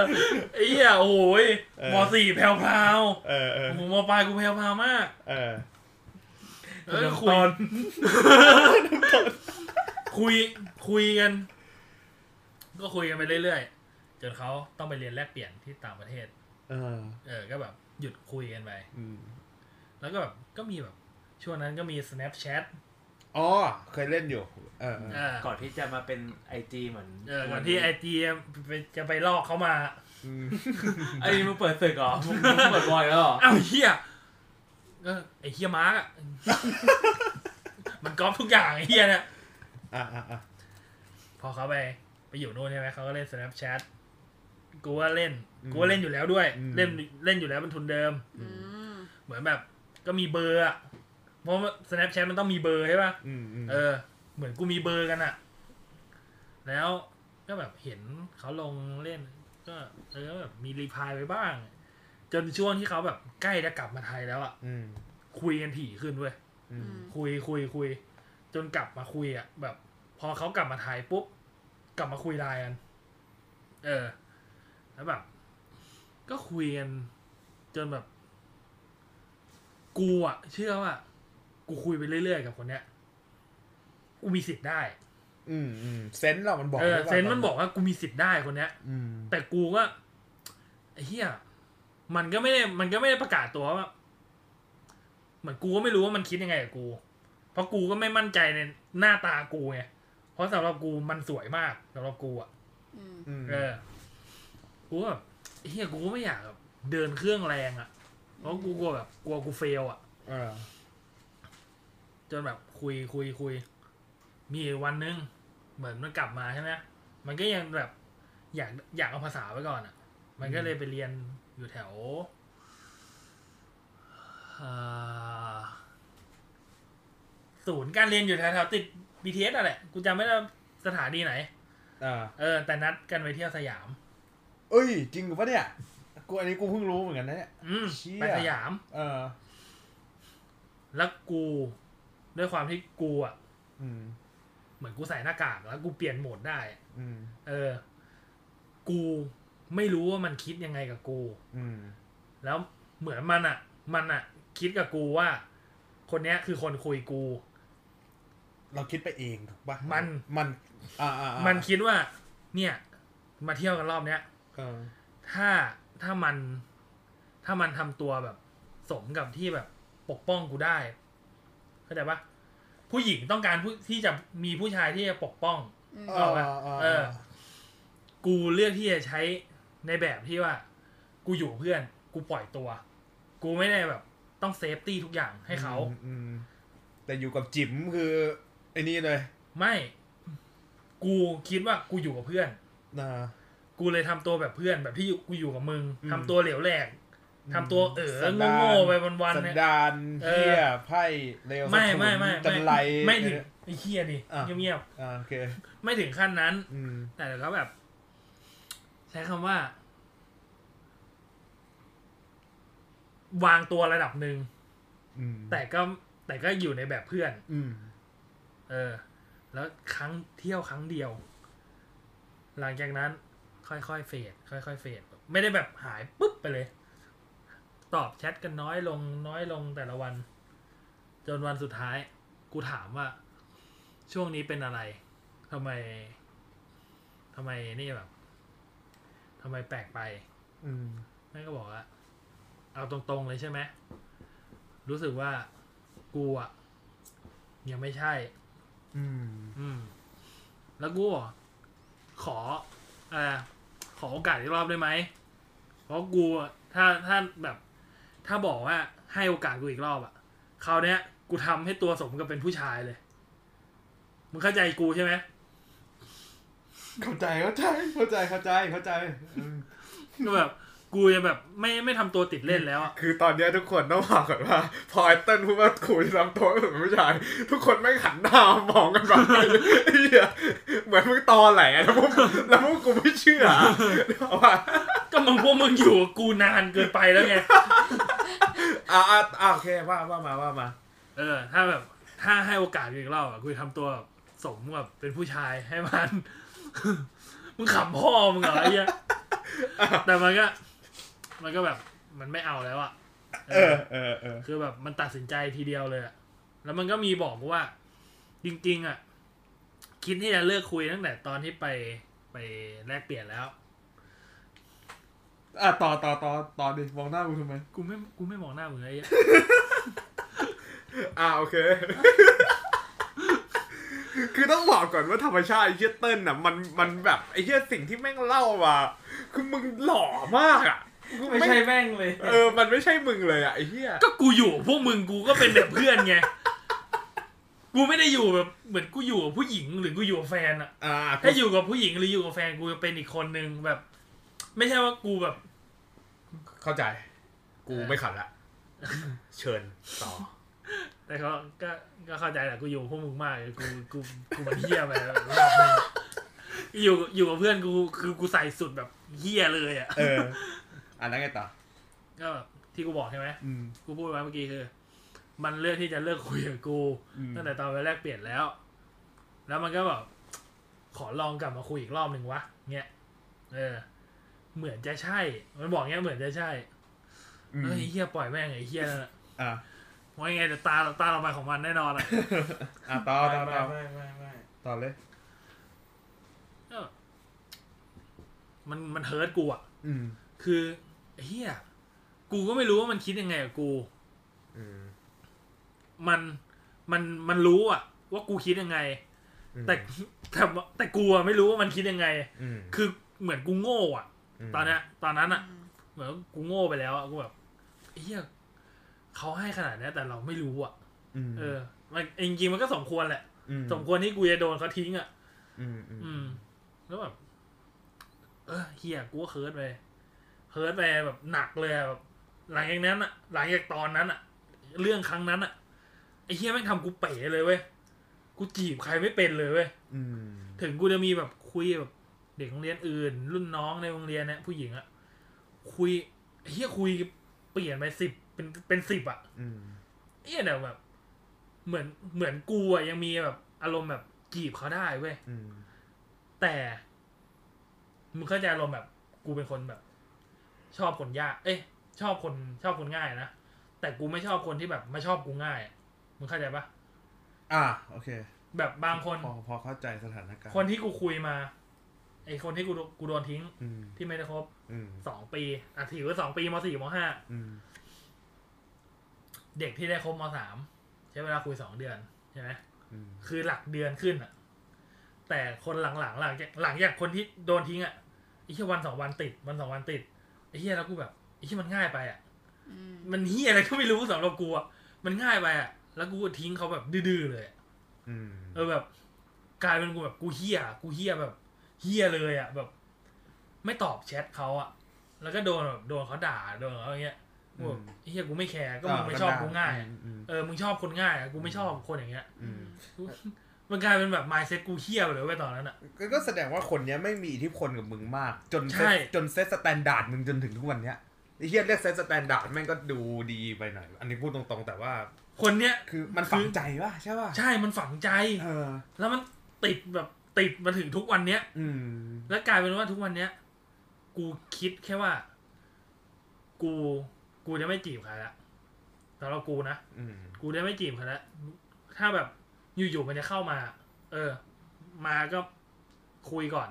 ไอ้เหี้ยโอ้โหย เออ มสี่แพรวพราว เออเออ โอ้โหมปลายกูแพรวพราวมาก เออ เออคุย คุยคุยกัน ก็คุยกันไปเรื่อยๆจนเขาต้องไปเรียนแลกเปลี่ยนที่ต่างประเทศ เออ เออ ก็แบบ หยุดคุยกันไป อืม แล้วก็แบบก็มีแบบ ช่วงนั้นก็มี snapchat อ๋อ เคยเล่นอยู่ เออ เออ ก่อนที่จะมาเป็นไอจีเหมือน เออก่อนที่ไอจีจะไปลอกเขามา อืม ไอจีมึงเปิดศึกเหรอมึงมึงเปิดบอยแล้วเหรอ อ้าวเฮียก็ไอเฮียมาร์กอะ มันก๊อปทุกอย่างไอเฮียเนี่ย อ่ะอ่ะอ่ะ พอเขาไป ไปอยู่นู่นใช่ไหมเขาก็เล่น snapchat กูว่าเล่น กูว่าเล่นอยู่แล้วด้วย เล่นเล่นอยู่แล้วเป็นทุนเดิม อืม เหมือนแบบก็มีเบอร์อะเพราะว่า Snapchat มันต้องมีเบอร์ใช่ป่ะ อืมอืม เออ เหมือนกูมีเบอร์กันอะแล้วก็แบบเห็นเขาลงเล่น ก็เออแบบมีรีพลายไปบ้าง จนช่วงที่เขาแบบใกล้จะกลับมาไทยแล้วอะ อืม คุยกันถี่ขึ้นเว้ย อื อื ม ม คุยคุยคุย จนกลับมาคุยอะแบบ พอเขากลับมาไทยปุ๊บ กลับมาคุยไลน์กัน เออ แล้วแบบ ก็คุยกันจนแบบ กูอะเชื่อว่า กูคุยไปเรื่อยๆกับคนเนี้ย กูมีสิทธิ์ได้ อืมอืมเซนส์เรา มันบอก เออ ได้ว่า เซนส์มันบอกว่ากูมีสิทธิ์ได้คนเนี้ย อืม แต่กูก็ไอ้เฮียมันก็ไม่ได้ มันก็ไม่ได้ประกาศตัวว่า เหมือนกูก็ไม่รู้ว่ามันคิดยังไงกับกู เพราะกูก็ไม่มั่นใจในหน้าตากูไง เพราะสำหรับกูมันสวยมากสำหรับกูอ่ะ อืม อืม เออ กูก็แบบไอ้เฮียกูก็ไม่อยากแบบเดินเครื่องแรงอ่ะ เพราะกูกลัวแบบกลัวกูเฟลอ่ะ เออ จนแบบคุยคุยคุย มีวันนึง เหมือนมันกลับมาใช่ไหมมันก็ยังแบบ อยากอยากเอาภาษาไว้ก่อนอ่ะ มันก็เลยไปเรียนอยู่แถวเอ่อศูนย์การเรียนอยู่แถวๆติด BTS อะแหละ กูจำไม่ได้ว่าสถานีไหน อ่า เออ แต่นัดกันไปเที่ยวสยาม เอ้ย จริงปะเนี่ย กูอันนี้กูเพิ่งรู้เหมือนกันนะเนี่ย อืม เชี่ย ไปสยาม เออ แล้วกู ด้วยความที่กูอ่ะ อืม เหมือนกูใส่หน้ากากแล้วกูเปลี่ยนโหมดได้ อืม เออ กูไม่รู้ว่ามันคิดยังไงกับกู อืม แล้วเหมือนมันอะมันอะคิดกับกูว่า คนเนี้ยคือคนคุยกู เราคิดไปเองถูกปะ มัน มันอ่าอ่าอ่า มันคิดว่า เนี่ย มาเที่ยวกันรอบเนี้ย เออ ถ้าถ้ามันถ้ามันทำตัวแบบ สมกับที่แบบปกป้องกูได้เข้าใจปะผู้หญิงต้องการผู้ที่จะมีผู้ชายที่จะปกป้อง อืม เออ เออ กูเลือกที่จะใช้ในแบบที่ว่า กูอยู่เพื่อน กูปล่อยตัว กูไม่ได้แบบ ต้องเซฟตี้ทุกอย่างให้เขา อืมอืมแต่อยู่กับจิ๋มคือไอ้นี่เลย ไม่กูคิดว่ากูอยู่กับเพื่อน นะ กูเลยทำตัวแบบเพื่อนแบบที่อยู่กูอยู่กับมึง อืม ทำตัวเหลวแหลกทำตัวเอ๋อ สันดาน โง่ๆไปวัน สั ๆ น เนี่ย ดาน เออ เหี้ยไพ่เลว ไม่ สะทุน ไม่ไม่ จันไร ไม่ถึงไอ้เคียดิ อ่ะ เงียบ อ่าโอเค ๆไม่ถึงขั้นนั้น อืม แต่ก็แบบ ใช้คำว่า วางตัวระดับหนึ่ง อืม แต่ก็แต่ก็อยู่ในแบบเพื่อน อืม เออ แล้วครั้งเที่ยวครั้งเดียว หลังจากนั้น ค่อยๆเฟดค่อยๆเฟดไม่ได้แบบหายปุ๊บไปเลย ตอบแชทกันน้อยลงน้อยลงแต่ละวัน จนวันสุดท้าย กูถามว่า ช่วงนี้เป็นอะไรทำไมทำไมนี่แบบทำไมแปลกไป อืม แม่งก็บอกว่าเอาตรงๆเลยใช่ไหมรู้สึกว่ากูอะยังไม่ใช่ อืม อืม แล้วกูบอกขอเอ่อขอโอกาสอีกรอบได้ไหม เพราะกูอะถ้าถ้าแบบ ถ้าบอกว่าให้โอกาสกูอีกรอบอะคราวเนี้ย กูทำให้ตัวสมกับเป็นผู้ชายเลย มึงเข้าใจกูใช่ไหม เข้าใจเข้าใจเข้าใจเข้าใจเข้าใจอืม ก็แบบ กูจะแบบ ไม่ไม่ทำตัวติดเล่นแล้วอะ คือตอนเนี้ยทุกคนต้องบอกก่อนว่าพอไอเติ้ลพูดว่าคุยลำโต้เหมือนผู้ชาย ทุกคนไม่งหันหน้ามองกันแบบเหี้ ยเหมือนมึงตอแหลแล้วพวกแล้วพวกกูไม่เชื่อเอาว่า ก็มึงพวกมึงอยู่กับกูนานเกินไปแล้วไง อ่าอ่าโอเคว่าว่ามาว่ามา เออ ถ้าแบบ ถ้าให้โอกาสกูอีกรอบอะกูจะทำตัวแบบสมกับเป็นผู้ชายให้มัน มึงขำพ่อมึงเหรอไอ้เหี้ย แต่มันก็ มันก็แบบ มันไม่เอาแล้วอะ เออเออเออ คือแบบมันตัดสินใจทีเดียวเลยอะแล้วมันก็มีบอกกูว่า จริง ๆอะคิดที่จะเลิกคุยตั้งแต่ตอนที่ไปไปแลกเปลี่ยนแล้ว อ่ะต่อต่อต่อต่อดิมองหน้ากูทำไม กูไม่กูไม่มองหน้ามึงเลยไอ้เหี้ย อ่าโอเค คือต้องบอกก่อนว่าธรรมชาติไอ้เฮียเติ้ลน่ะมันมันแบบไอ้เฮียสิ่งที่แม่งเล่ามาคือมึงหล่อมากอ่ะ ไม่ใช่แม่งเลย เออ มันไม่ใช่มึงเลยอ่ะ ไอ้เหี้ย ก็กูอยู่กับพวกมึงกูก็เป็นแบบเพื่อนไง กูไม่ได้อยู่แบบเหมือนกูอยู่กับผู้หญิงหรือกูอยู่กับแฟนอะ อ่า ถ้าอยู่กับผู้หญิงหรืออยู่กับแฟนกูจะเป็นอีกคนนึงแบบ ไม่ใช่ว่ากูแบบ เข้าใจ กูไม่ขัด ละ เชิญต่อ แต่เขาก็ก็เข้าใจแหละกูอยู่กับพวกมึงมากเลยกูกูกูมันเฮี้ยไปแล้ว รอบนึงอยู่อยู่กับเพื่อนกูคือกูใส่สุดแบบเฮี้ยเลยอะ เออ อันนั้นไงต่อ ก็แบบที่กูบอกใช่ไหม อืม กูพูดไว้เมื่อกี้คือ มันเลือกที่จะเลิกคุยกับกู อืม ตั้งแต่ตอนแรกเปลี่ยนแล้ว แล้วมันก็แบบขอลองกลับมาคุยอีกรอบหนึ่งวะ เงี้ย เออ เหมือนจะใช่ มันบอกเงี้ยเหมือนจะใช่ อืม เฮ้ยไอ้เฮียปล่อยแม่งไอ้เฮียนั่นน่ะ อ่า ว่ายังไงแต่ตาตาเราไปของมันแน่นอนอ่ะ อ่ะต่อ ไม่ ต่อ ไม่ ต่อ ไม่ไม่ไม่ ต่อเลย ก็มันมันเฮิร์ตกูอ่ะ อืม คือไอ้เฮียกูก็ไม่รู้ว่ามันคิดยังไงกับกู อืม มันมันมันรู้อ่ะ ว่ากูคิดยังไง แต่แต่แต่กูอะไม่รู้ว่ามันคิดยังไง อืม คือเหมือนกูโง่อ่ะ ม ตอนเนี้ยตอนนั้นอ่ะ อืม เหมือนกูโง่ไปแล้วอะกูแบบเฮียเขาให้ขนาดเนี้ยแต่เราไม่รู้อ่ะ อืม เออ มันจริงๆมันก็สมควรแหละ ม สมควรที่กูจะโดนเขาทิ้งอ่ะ อืมอืม อืม แล้วแบบเออเฮียกูก็เฮิร์ตไปเฮิร์ตไปแบบหนักเลยอะแบบหลังจากนั้นอ่ะ หลังจากตอนนั้นอ่ะ เรื่องครั้งนั้นอ่ะไอ้เฮียแม่งทำกูเป๋เลยเว้ยกูจีบใครไม่เป็นเลยเว้ย อืม ถึงกูจะมีแบบคุยแบบเด็กโรงเรียนอื่น รุ่นน้องในโรงเรียนเนี่ยผู้หญิงอะคุยเฮียคุยเปลี่ยนไปสิบเป็นเป็นสิบอะ อืม เฮียเนี่ยแบบ เหมือนเหมือนกูอะยังมีแบบ อารมณ์แบบจีบเขาได้เว้ย อืม แต่มึงเข้าใจอารมณ์แบบ กูเป็นคนแบบ ชอบคนยาก เอ้ยชอบคนชอบคนง่ายนะแต่กูไม่ชอบคนที่แบบมาชอบกูง่ายอะมึงเข้าใจปะ อ่าโอเค แบบบางคน พอพอเข้าใจสถานการณ์ คนที่กูคุยมา ไอคนที่กูโดกูโดนทิ้ง อืม ที่ไม่ได้คบ อืม สองปีอ่ะถือว่าสองปีมสี่มห้า อืม เด็กที่ได้คบมสามใช้เวลาคุยสองเดือนใช่ไหม อืม คือหลักเดือนขึ้นอะแต่คนหลังๆหลังจากหลังจากคนที่โดนทิ้งอะไอ้เหี้ยวันสองวันติดวันสองวันติดไอ้เหี้ยแล้วกูแบบไอ้เหี้ยมันง่ายไปอะ อืม มันเหี้ยอะไรก็ไม่รู้สำหรับกูอะมันง่ายไปอะแล้วกูก็ทิ้งเขาแบบดื้อๆเลยอะ อืม เออแบบกลายเป็นกูแบบกูเหี้ยกูเหี้ยแบบเหี้ยเลยอะแบบ ไม่ตอบแชทเขาอะแล้วก็โดนแบบโดนเขาด่าโดนเขาอย่างเงี้ยกูแบบไอ้เหี้ยกูไม่แคร์ก็มึงไม่ชอบกูง่ายอะ อืม เออมึงชอบคนง่ายอะกูไม่ชอบคนอย่างเงี้ย อืม มันกลายเป็นแบบ mindset กูเฮี้ยไปเลยเว้ยตอนนั้นอะ ก็ก็แสดงว่าคนเนี้ยไม่มีอิทธิพลกับมึงมาก จนเซ ใช่ ตจนเซตสแตนดาร์ดมึงจนถึงทุกวันเนี้ยไอ้เฮียเรียกเซตสแตนดาร์ดแม่งก็ดูดีไปหน่อย อันนี้พูดตรงๆ แต่ว่า คนเนี้ย คือมันฝั คื ง อ ใจป่ะใช่ป่ะ ใช่มันฝังใจ เออ แล้วมันติดแบบติดมาถึงทุกวันเนี้ย อืม แล้วกลายเป็นว่าทุกวันเนี้ย กูคิดแค่ว่า กูกูจะไม่จีบใครละสำหรับกูนะ อืม กูจะไม่จีบใครละถ้าแบบอยู่ๆมันจะเข้ามา เออ มาก็คุยก่อน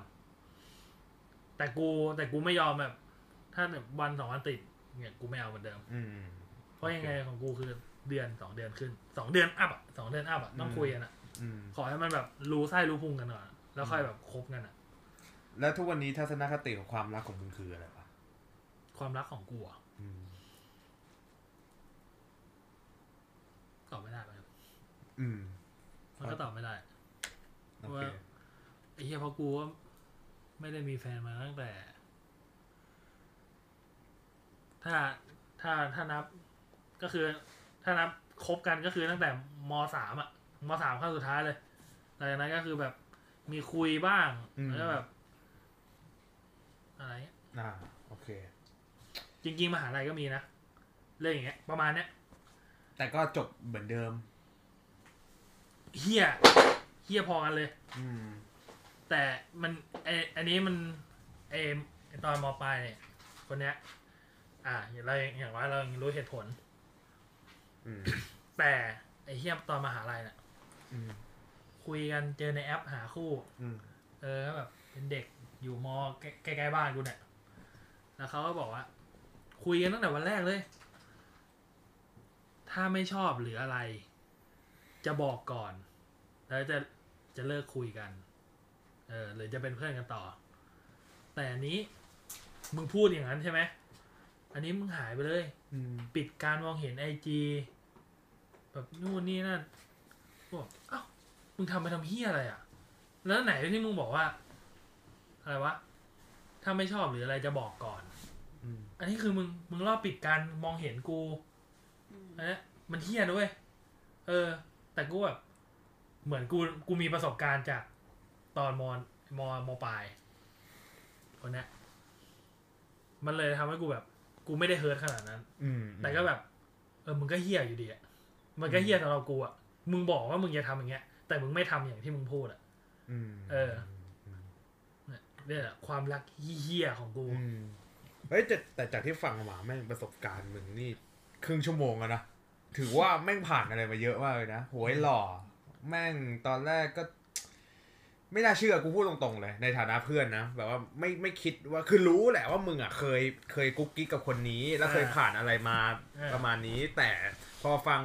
แต่กูแต่กูไม่ยอมแบบ ถ้าแบบวันสองวันติดเนี่ยกูไม่เอาเหมือนเดิม อืม เพราะยังไงของกูคือเดือนสองเดือนขึ้นสองเดือนอัพอ่ะสองเดือนอัพอ่ะต้องคุยกันอ่ะ อืม ขอให้มันแบบรู้ไส้รู้พุงกันก่อนอะแล้วค่อยแบบคบกันอ่ะ แล้วทุกวันนี้ทัศนคติของความรักของมึงคืออะไรวะ ความรักของกูอะ อืม ตอบไม่ได้มัน อืม มันก็ตอบไม่ได้ โอเค ไอ้เหี้ยเพราะกูว่าไม่ได้มีแฟนมาตั้งแต่ ถ้าถ้าถ้านับก็คือ ถ้านับคบกันก็คือตั้งแต่มสามอะมสามขั้นสุดท้ายเลยหลังจากนั้นก็คือแบบมีคุยบ้าง อืม แล้วก็แบบ อะไรอะ อ่า โอเค จริง ๆ มหาลัยก็มีนะเรื่องอย่างเงี้ย ประมาณเนี้ย แต่ก็จบเหมือนเดิม เฮี้ยเฮี้ยพอกันเลย อืม แต่มันไออันนี้มันไอไอ้ตอนมปลายเนี่ยคนเนี้ย อ่าเราอย่างว่าเรายังรู้เหตุผล อืม แต่ไอเทียตอนมหาลัยน่ะ อืม คุยกันเจอในแอปหาคู่ อืม เออก็แบบเป็นเด็กอยู่มใกล้ๆบ้านกูเนี่ยแล้วเขาก็บอกว่า คุยกันตั้งแต่วันแรกเลย ถ้าไม่ชอบหรืออะไร จะบอกก่อน แล้วจะจะเลิกคุยกัน เออหรือจะเป็นเพื่อนกันต่อ แต่อันนี้มึงพูดอย่างนั้นใช่ไหมอันนี้มึงหายไปเลย อืม ปิดการมองเห็นไอจีแบบนู่นนี่นั่นบอกเอ้ามึงทำไปทำเฮี้ยอะไรอ่ะ แล้วไหนที่มึงบอกว่า อะไรวะ ถ้าไม่ชอบหรืออะไรจะบอกก่อน อืม อันนี้คือมึงมึงล่อบปิดการมองเห็นกู อืม อันเนี้ยมันเฮี้ยนะเว้ยเออ แต่กูแบบเหมือนกูกูมีประสบการณ์จากตอนมอนมอมอปลายคนเนี้ยมันเลยทำให้กูแบบ กูไม่ได้เฮิร์ตขนาดนั้น อืม แต่ก็แบบ เออมึงก็เฮี้ยอยู่ดีอะมันก็เฮี้ยสำหรับกูอะมึงบอกว่ามึงจะทำอย่างเงี้ย แต่มึงไม่ทำอย่างที่มึงพูดอะ อืม เออ เนี่ยเนี่ยแหละความรักเฮี้ยๆของกู อืมเฮ้ยแต่แต่จากที่ฟังมาแม่งประสบการณ์มึงนี่ ครึ่งชั่วโมงอะนะ ถือว่าแม่งผ่านอะไรมาเยอะมากเลยนะโหยหล่อ แม่งตอนแรกก็ ไม่น่าเชื่อกูพูดตรงๆเลย ในฐานะเพื่อนนะ แบบว่าไม่ไม่คิดว่าคือรู้แหละว่ามึงอ่ะเคยเคยกุ๊กกิ๊กกับคนนี้ แล้วเคย อ่า ผ่านอะไรมา อ่า ประมาณนี้ แต่พอฟัง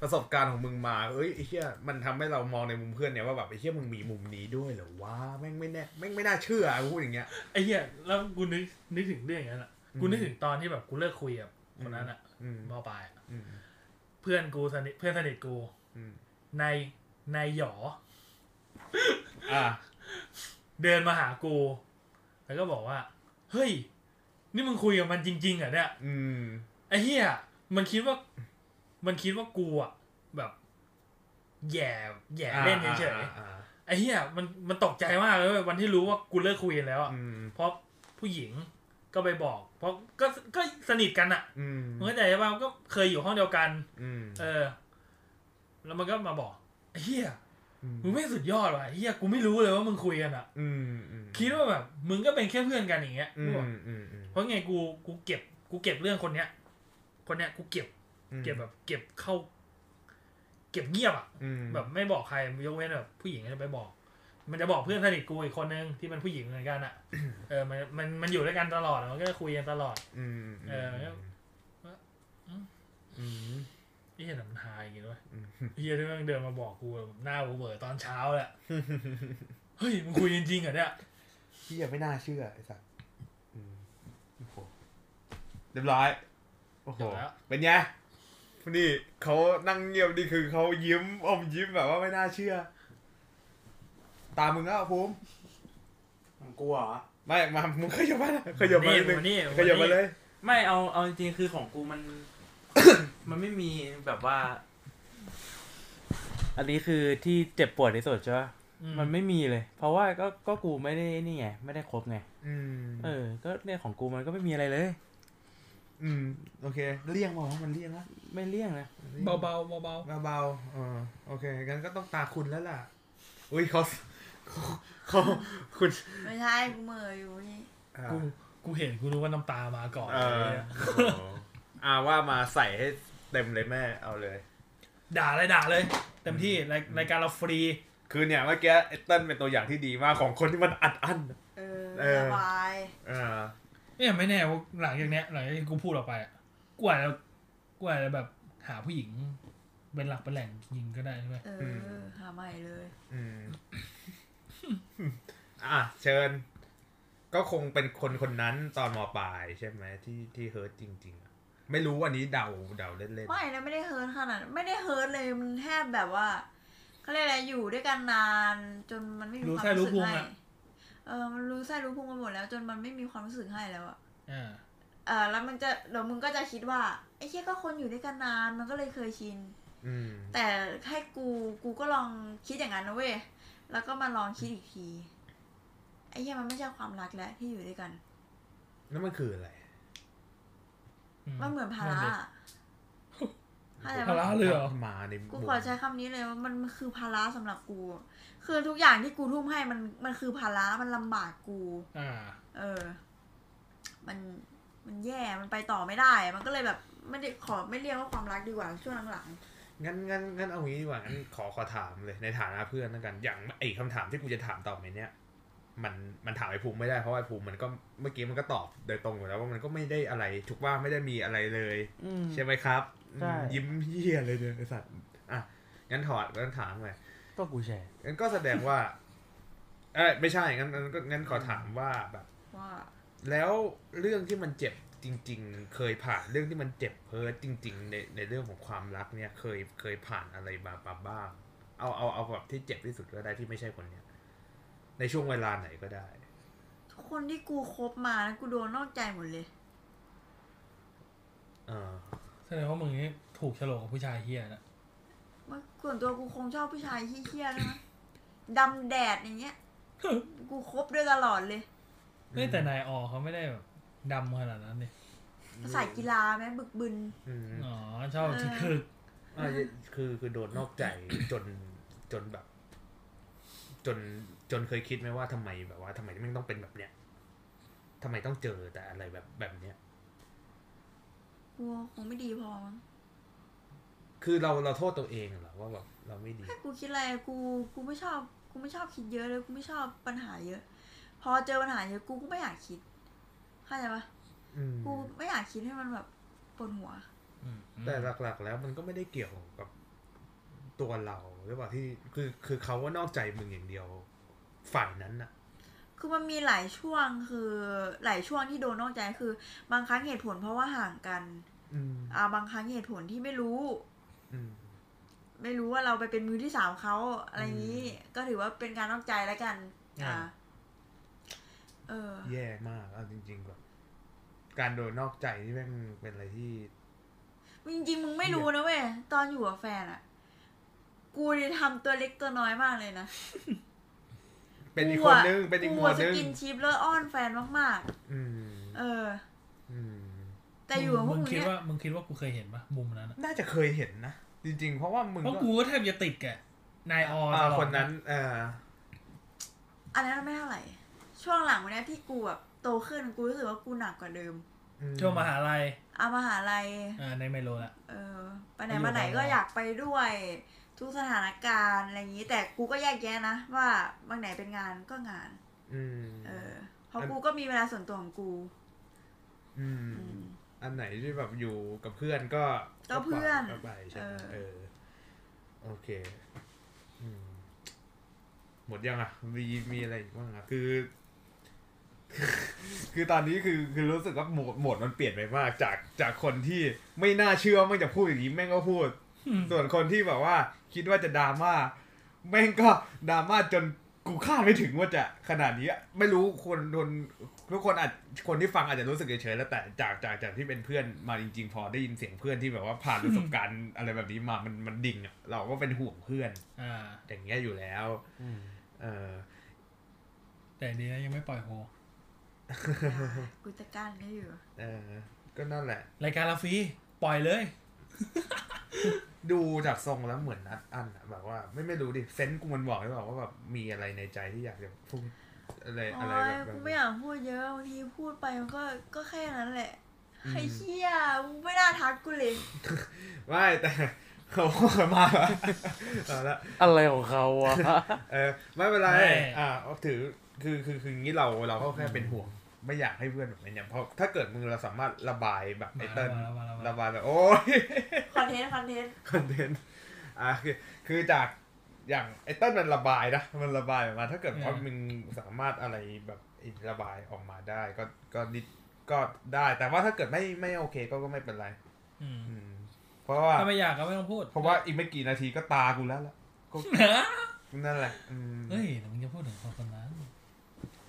ประสบการณ์ของมึงมา เอ้ยไอ้เหี้ยมันทำให้เรามองในมุมเพื่อนเนี่ยว่าแบบไอ้เหี้ยมึงมีมุมนี้ด้วยเหรอวะแม่งไม่แน่แม่งไม่น่าเชื่อกูพูดอย่างเงี้ย ไอ้เฮี้ยแล้วกูนึกนึกถึงเรื่องอย่างนั้นอะ อืม กูนึกถึงตอนที่แบบกูเลิกคุยกับคนนั้นอะ อืม มอปลายอะ อืม เพื่อนกูสนิทเพื่อนสนิทกู อืม ในในายหยอ อ่า เดินมาหากู แล้วก็บอกว่า เฮ้ย นี่มึงคุยกับมันจริงๆเหรอเนี่ย อืม ไอ้เหี้ยมันคิดว่า มันคิดว่ากูอะแบบแย่แย่เล่นเฉย อ่าอ่า ๆไอ้เหี้ยมันมันตกใจมากเลยเว้ยวันที่รู้ว่ากูเลิกคุยกันแล้วอะอ่าอืม เพราะผู้หญิงก็ไปบอก เพราะก็ก็สนิทกันอะ อืม มึงเข้าใจป่ะก็เคยอยู่ห้องเดียวกัน อืม เออ แล้วมันก็มาบอกไอ้เหี้ย อืม มึงไม่งสุดยอดว่ะไอ้เหี้ยกูไม่รู้เลยว่ามึงคุยกันอะ อืมอืม คิดว่าแบบมึงก็เป็นแค่เพื่อนกันอย่างเงี้ย อื กู ม บอก อืมอืม เพราะไงกูกูเก็บ กูเก็บเรื่องคนเนี้ย คนเนี้ยกูเก็บ อืม เก็บแบบเก็บเข้า เก็บเงียบอ่ะ อืม แบบไม่บอกใครยกเว้นแบบผู้หญิงจะไปบอก มันจะบอกเพื่อนสนิทกูอีกคนนึงที่เป็นผู้หญิงเหมือนกันอ่ะ เออมันมันมันอยู่ด้วยกันตลอดอะมันก็คุยกันตลอด อืม เออแล้ว อืม ไอ้เหี้ยหนังทายอย่างงี้ด้วยไอ้เหี้ยที่แมันเดินมาบอกกูแบบหน้ากูเบิดตอนเช้าแหละ เฮ้ยมึงคุยจริงๆเหรอเนี่ย พี่ยังไม่น่าเชื่อไอ้สัสอืมโอ้โหเรียบร้อยโอ้โห จบแล้ว เป็นไงนี่เขานั่งเงียบนี่คือเขายิ้มอมยิ้มแบบว่าไม่น่าเชื่อ ตามมึงแล้วภูมิ มันกลัวเหรอ ไม่ มามึงขยับมาขยับมา นี่ นิดนึง วันนี้ ขยับมาเลย ไม่เอาเอาจริงๆคือของกูมัน มันไม่มีแบบว่า อันนี้คือที่เจ็บปวดที่สุดใช่ปะ อื มันไม่มีเลย เพราะว่าก็ก็กูไม่ได้นี่ไงไม่ได้ครบไง อืม เออ ก็เนี่ยของกูมันก็ไม่มีอะไรเลย อืมโอเคเลี่ยงมามันเลี่ยงละ ไม่เลี่ยงนะ เบาๆเบา เบาๆเออโอเคงั้นก็ต้องตาคุณแล้วล่ะอุ้ยเขาเขาเขาคุณ ไม่ใช่กูเหมื่ออยู่นี่ อ่า ๆกูกูเห็นกูรู้ว่าน้ำตามาก่อน เออ เลยอะ อ่าว่ามาใส่ให้เต็มเลยแม่เอาเลย ด่าเลยด่าเลย เต็มที่รายรายการเราฟรี คือเนี่ยเมื่อกี้ไอ้เติ้ลเป็นตัวอย่างที่ดีมากของคนที่มันอัดอั้น เอ เอ อ อ สบาย เออ เนี่ยไม่แน่ว่าหลังจากเนี้ยหลังจากที่กูพูดออกไปอะกูอาจจะกูอาจจะแบบหาผู้หญิง เป็นหลักเป็นแหล่งยิงก็ได้ใช่ไหม เออ หาใหม่เลย อืม อ่ะเชิญ ก็คงเป็นคนคนนั้นตอนมปลายใช่ไหมที่ที่เฮิร์ตจริง ๆอะไม่รู้อันนี้เดาเดาเล่น ไม่นะไม่ได้เฮิร์ตขนาดนั้นไม่ได้เฮิร์ตเลยมันแทบแบบว่าเขาเรียกอะไรอยู่ด้วยกันนาน จนมันไม่มีความรู้สึกให้เออมันรู้ไส้รู้พุงไปหมดแล้ว จนมันไม่มีความรู้สึกให้แล้วอะ อ่า เออแล้วมันจะเดี๋ยวมึงก็จะคิดว่าไอ้เชี่ยก็คนอยู่ด้วยกันนานมันก็เลยเคยชิน ๆอืม แต่ให้กูกูก็ลองคิดอย่างนั้นนะเว้ย แล้วก็มาลองคิดอีกที ไอ้เหี้ยมันไม่ใช่ความรักแล้วที่อยู่ด้วยกัน นั่นมันคืออะไร อืม มันเหมือนภาระอะเข้าใจปะ ภาระ เลยเหรอ มาใน กูขอใช้คำนี้เลยว่ามันมันคือภาระสำหรับกู คือทุกอย่างที่กูทุ่มให้มันมันคือภาระมันลำบากกู อ่า เออ มันมันแย่ มันไปต่อไม่ได้ มันก็เลยแบบไม่ได้ขอไม่เรียกว่าความรักดีกว่าช่วงหลัง งั้นงั้นงั้นเอางี้ดีกว่างั้นขอขอถามเลยในฐานะเพื่อนแล้วกัน อย่างไอ้คำถามที่กูจะถามต่อไปเนี้ยมันมันถามไอ้ภูมิไม่ได้เพราะว่าไอ้ภูมิมันก็เมื่อกี้มันก็ตอบโดยตรงอยู่แล้วว่ามันก็ไม่ได้อะไรถูกว่าไม่ได้มีอะไรเลย อืม ใช่ไหมครับ ใช่ อืมยิ้มเหี้ยเลยเนี่ยไอ้สัตว์อ่ะงั้นถอดงั้นถามเลย ก็กูแชร์ งั้นก็แสดงว่า เอ้ยไม่ใช่งั้นงั้นก็งั้นขอถามว่าแบบ ๆ ว่า แล้วเรื่องที่มันเจ็บจริง ๆ เคยผ่านเรื่องที่มันเจ็บเพิร์ดจริง ๆ ในในเรื่องของความรักเนี่ย เคยเคยผ่านอะไรมามาบ้าง เอาเอาเอาแบบที่เจ็บที่สุดก็ได้ที่ไม่ใช่คนเนี้ยในช่วงเวลาไหนก็ได้ คนที่กูคบมานะกูโดนนอกใจหมดเลย เออ แสดงว่ามึงนี่ถูกโฉลกกับผู้ชายเฮียนะ มันส่วนตัวกูคงชอบผู้ชายเหี้ยๆด้วยนะดำแดดอย่างเงี้ย กูคบด้วยตลอดเลย เฮ้ยแต่นายออเขาไม่ได้แบบดำขนาดนั้นเนี่ย ใส่กีฬาไหมบึกบึน อืม อ๋อชอบ เออ คือ อ่ะคือคือโดนนอกใจจนจนแบบ จนจนเคยคิดไหมว่าทำไมแบบว่าทำไมมันต้องเป็นแบบเนี้ยทำไมต้องเจอแต่อะไรแบบแบบเนี้ย กูคงไม่ดีพอมั้ง คือเราเราโทษตัวเองเหรอว่าแบบเราไม่ดี ถ้ากูคิดอะไรกูกูไม่ชอบกูไม่ชอบคิดเยอะเลยกูไม่ชอบปัญหาเยอะ พอเจอปัญหาเยอะกูก็ไม่อยากคิดเข้าใจปะ อืม กูไม่อยากคิดให้มันแบบปวดหัว อืม แต่หลักๆ แล้วมันก็ไม่ได้เกี่ยวกับตัวเราหรือเปล่าที่คือคือเขาว่านอกใจมึงอย่างเดียว ฝ่ายนั้นน่ะ คือมันมีหลายช่วงคือหลายช่วงที่โดนนอกใจคือ บางครั้งเหตุผลเพราะว่าห่างกัน อืม อ่าบางครั้งเหตุผลที่ไม่รู้ อืม ไม่รู้ว่าเราไปเป็นมือที่สามเขาอะไรอย่างนี้ ก็ถือว่าเป็นการนอกใจแล้วกัน อ่า อ่า เออ แย่มากเอาจริงๆแบบการโดนนอกใจนี่แม่งเป็นอะไรที่ จริงๆมึงไม่รู้นะเว้ยตอนอยู่กับแฟนอะกูได้ทำตัวเล็กตัวน้อยมากเลยนะ เป็นอีกคนนึงเป็นอีกหมวด กูะ นึง กินชิปแล้วอ้อนแฟนมาก อืม ๆ เออ อืม แต่อยู่กับพว มึงกมึง คิด เนี่ย ว่ามึงคิดว่ากูเคยเห็นปะมุมนั้นอะ น่าจะเคยเห็นนะจริง ๆ เพราะว่ามึง เพราะกูก็แทบจะติดแกบนายออตลอ่าอด คนนั้นเออ อันนั้นไม่เท่าไหร่ ช่วงหลังวันเนี้ยที่กูแบบโตขึ้นกูรู้สึกว่ากูหนักกว่าเดิม อื ช่วงมหาลัย อามาหาลัย อ่าในไมโลละ เออไปไหนมาไหนก็อยากไปด้วย ทุกสถานการณ์อะไรอย่างนี้ แต่กูก็แยกแยะนะว่าบางไหนเป็นงานก็งาน อืม เออเพราะ อัน กูก็มีเวลาส่วนตัวของกู อืม อืม อันไหนที่แบบอยู่กับเพื่อนก็ ก็เพื่อน ก็ไปใช่ไหม เออ เออ โอเคอืมหมดยังอ่ะ มีมีอะไรอีกบ้างอ่ะ คือ คือตอนนี้คือคือรู้สึกว่าโหมดโหมดมันเปลี่ยนไปมาก จากจากคนที่ไม่น่าเชื่อว่าแม่งจะพูดอย่างนี้แม่งก็พูด ส่วนคนที่แบบว่า คิดว่าจะดราม่าแม่งก็ดราม่าจนกูคาดไม่ถึงว่าจะขนาดนี้อะไม่รู้คนคนทุกคนอาจคนที่ฟังอาจจะรู้สึกเฉยๆแล้วแต่จากจากจากที่เป็นเพื่อนมาจริง ๆ พอได้ยินเสียงเพื่อนที่แบบว่าผ่านประสบการณ์ อะไรแบบนี้มามันมันดิ่งอะเราก็เป็นห่วงเพื่อน อ่า อย่างเงี้ยอยู่แล้วเออ แต่ดีนะยังไม่ปล่อยโฮ ได้ กูจะกั้นก็อยู่ เออก็นั่นแหละ รายการเราฟรีปล่อยเลย ดูจากทรงแล้วเหมือนนัดอันอะแบบว่า ไม่ไม่รู้ดิเซนส์กูมันบอกหรือเปล่าว่าแบบมีอะไรในใจที่อยากจะพูดอะไรอะไร โอ้ แบ ย บ กู นั้ ไม่ น อยากพูดเยอะบางทีพูดไปมันก็ก็แค่นั้นแหละ อืม ไอ้เชี่ยมึงไม่น่าทักกูเลย ไม่แต่ เขาก็มาแล้ว เอาละ อะไรของเขาวะ เออไม่เป็นไร ไม่ อ่าถือคือคือคืออย่างนี้เราเราก็แค่เป็นห่วง ไม่อยากให้เพื่อนแบบนั้นอย่างเพราะถ้าเกิดมึงเราสามารถระบายแบบไอเติ้ล มาแล้วมาแล้วมาแล้ว ระบายแบบโอ้ย คอนเทนต์คอนเทนต์ คอนเทนต์อ่ะคือคือจากอย่างไอเติ้ลมันระบายนะ มันระบายออกมา ถ้าเกิด อืม ว่ามึงสามารถอะไรแบบระบายออกมาได้ ก็ก็ดิก็ได้แต่ว่าถ้าเกิดไม่ไม่โอเคก็ก็ไม่เป็นไร อืม อืม เพราะว่า ถ้าไม่อยากก็ไม่ต้องพูด เพราะว่าอีกไม่กี่นาทีก็ตากูแล้วล่ะก็นั่นแหละ อืม เฮ้ยเดี๋ยวมึงจะพูดถึงคนคนนั้น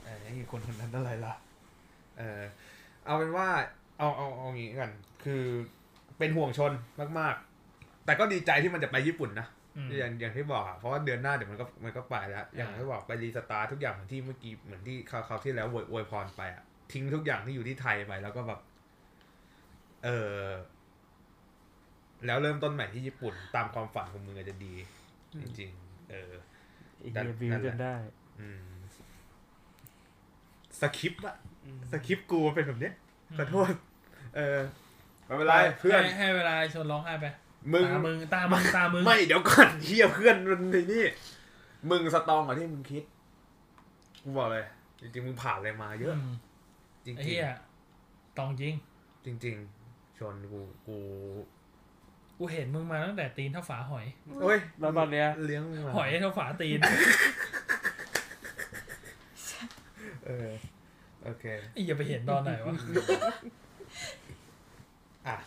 เอ้ยคนคนนั้นอะไรล่ะ เออเอาเป็นว่า เอาเอาเอางี้กัน คือเป็นห่วงชนมาก ๆ แต่ก็ดีใจที่มันจะไปญี่ปุ่นนะ อืม อย่างอย่างที่บอกอะเพราะว่าเดือนหน้าเดี๋ยวมันก็มันก็ไปแล้วอย่าง อ่า ที่บอกไปรีสตาร์ททุกอย่างเหมือนที่เมื่อกี้เหมือนที่คราวคราวที่แล้วอวยอวยพรไปอะทิ้งทุกอย่างที่อยู่ที่ไทยไปแล้วก็แบบ เออแล้วเริ่มต้นใหม่ที่ญี่ปุ่น ตามความฝันของมึงอาจจะดี จริงๆเออ อีกเดบิว นั่น ต์จแหละ นได้ อืมสคริปต์อะสคริปต์กูมันเป็นแบบเนี้ยขอโทษ เออไม่เป็นไรเพื่อน ให้ให้เวลาชวนร้องไห้ไป มึง ตามึงตามึงตามึง ไม่เดี๋ยวก่อน เฮียเพื่อนมันไอ้นี่ มึงสตรองกว่าที่มึงคิด กูบอกเลย จริงๆ มึงผ่านอะไรมาเยอะ อืม จริง ไอ้เหี้ยตองจริง ๆจริง ๆ ชนกูกู กูเห็นมึงมาตั้งแต่ตีนเท่าฝาหอย โอ้ย แล้วตอนเนี้ย เลี้ยงมึงมา หอยเท่าฝาตีน เออโอเค ไอ้อย่าไปเห็นตอนไหนวะ อ่ะ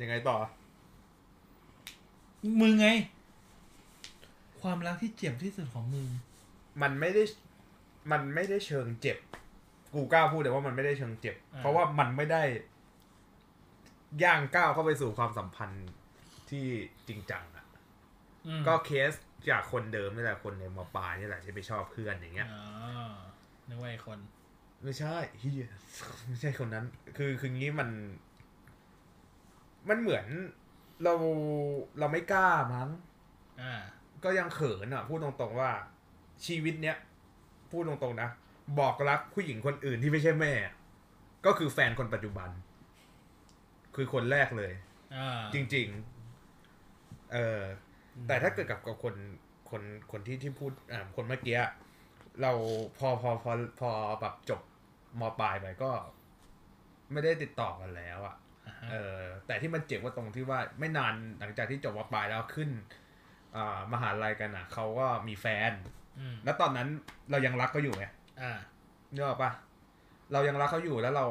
ยังไงต่อ มึงไง ความรักที่เจ็บที่สุดของมึง มันไม่ได้ มันไม่ได้เชิงเจ็บ กูกล้าพูดเลยว่ามันไม่ได้เชิงเจ็บ อ่า เพราะว่ามันไม่ได้ ย่างก้าวเข้าไปสู่ความสัมพันธ์ที่จริงจังอะ อืม ก็เคสจากคนเดิมนี่แหละคนในมปลายนี่แหละที่ไปชอบเพื่อนอย่างเงี้ย อ๋อนึกว่าไอ้คน ไม่ใช่เฮียไม่ใช่คนนั้น คือคืองี้มัน มันเหมือนเราเราไม่กล้ามั้ง อ่า ก็ยังเขินอ่ะ พูดตรงๆว่า ชีวิตเนี้ยพูดตรงๆนะ บอกรักผู้หญิงคนอื่นที่ไม่ใช่แม่ ก็คือแฟนคนปัจจุบัน คือคนแรกเลย อ่า จริงๆ เอออแต่ถ้าเกิดกับกับคนคนคนที่ที่พูดอ่าคนเมื่อกี้อะเราพอพอพอพอแบบจบมปลายไปก็ ไม่ได้ติดต่อกันแล้วอะ อ่าฮะ เออ แต่ที่มันเจ็บว่าตรงที่ว่าไม่นานหลังจากที่จบมปลายแล้วขึ้น อ่ามหาลัยกันอะเขาก็มีแฟน อืม แล้วตอนนั้นเรายังรักก็อยู่ไง อ่า นึกออกปะเรายังรักเขาอยู่แล้วเรา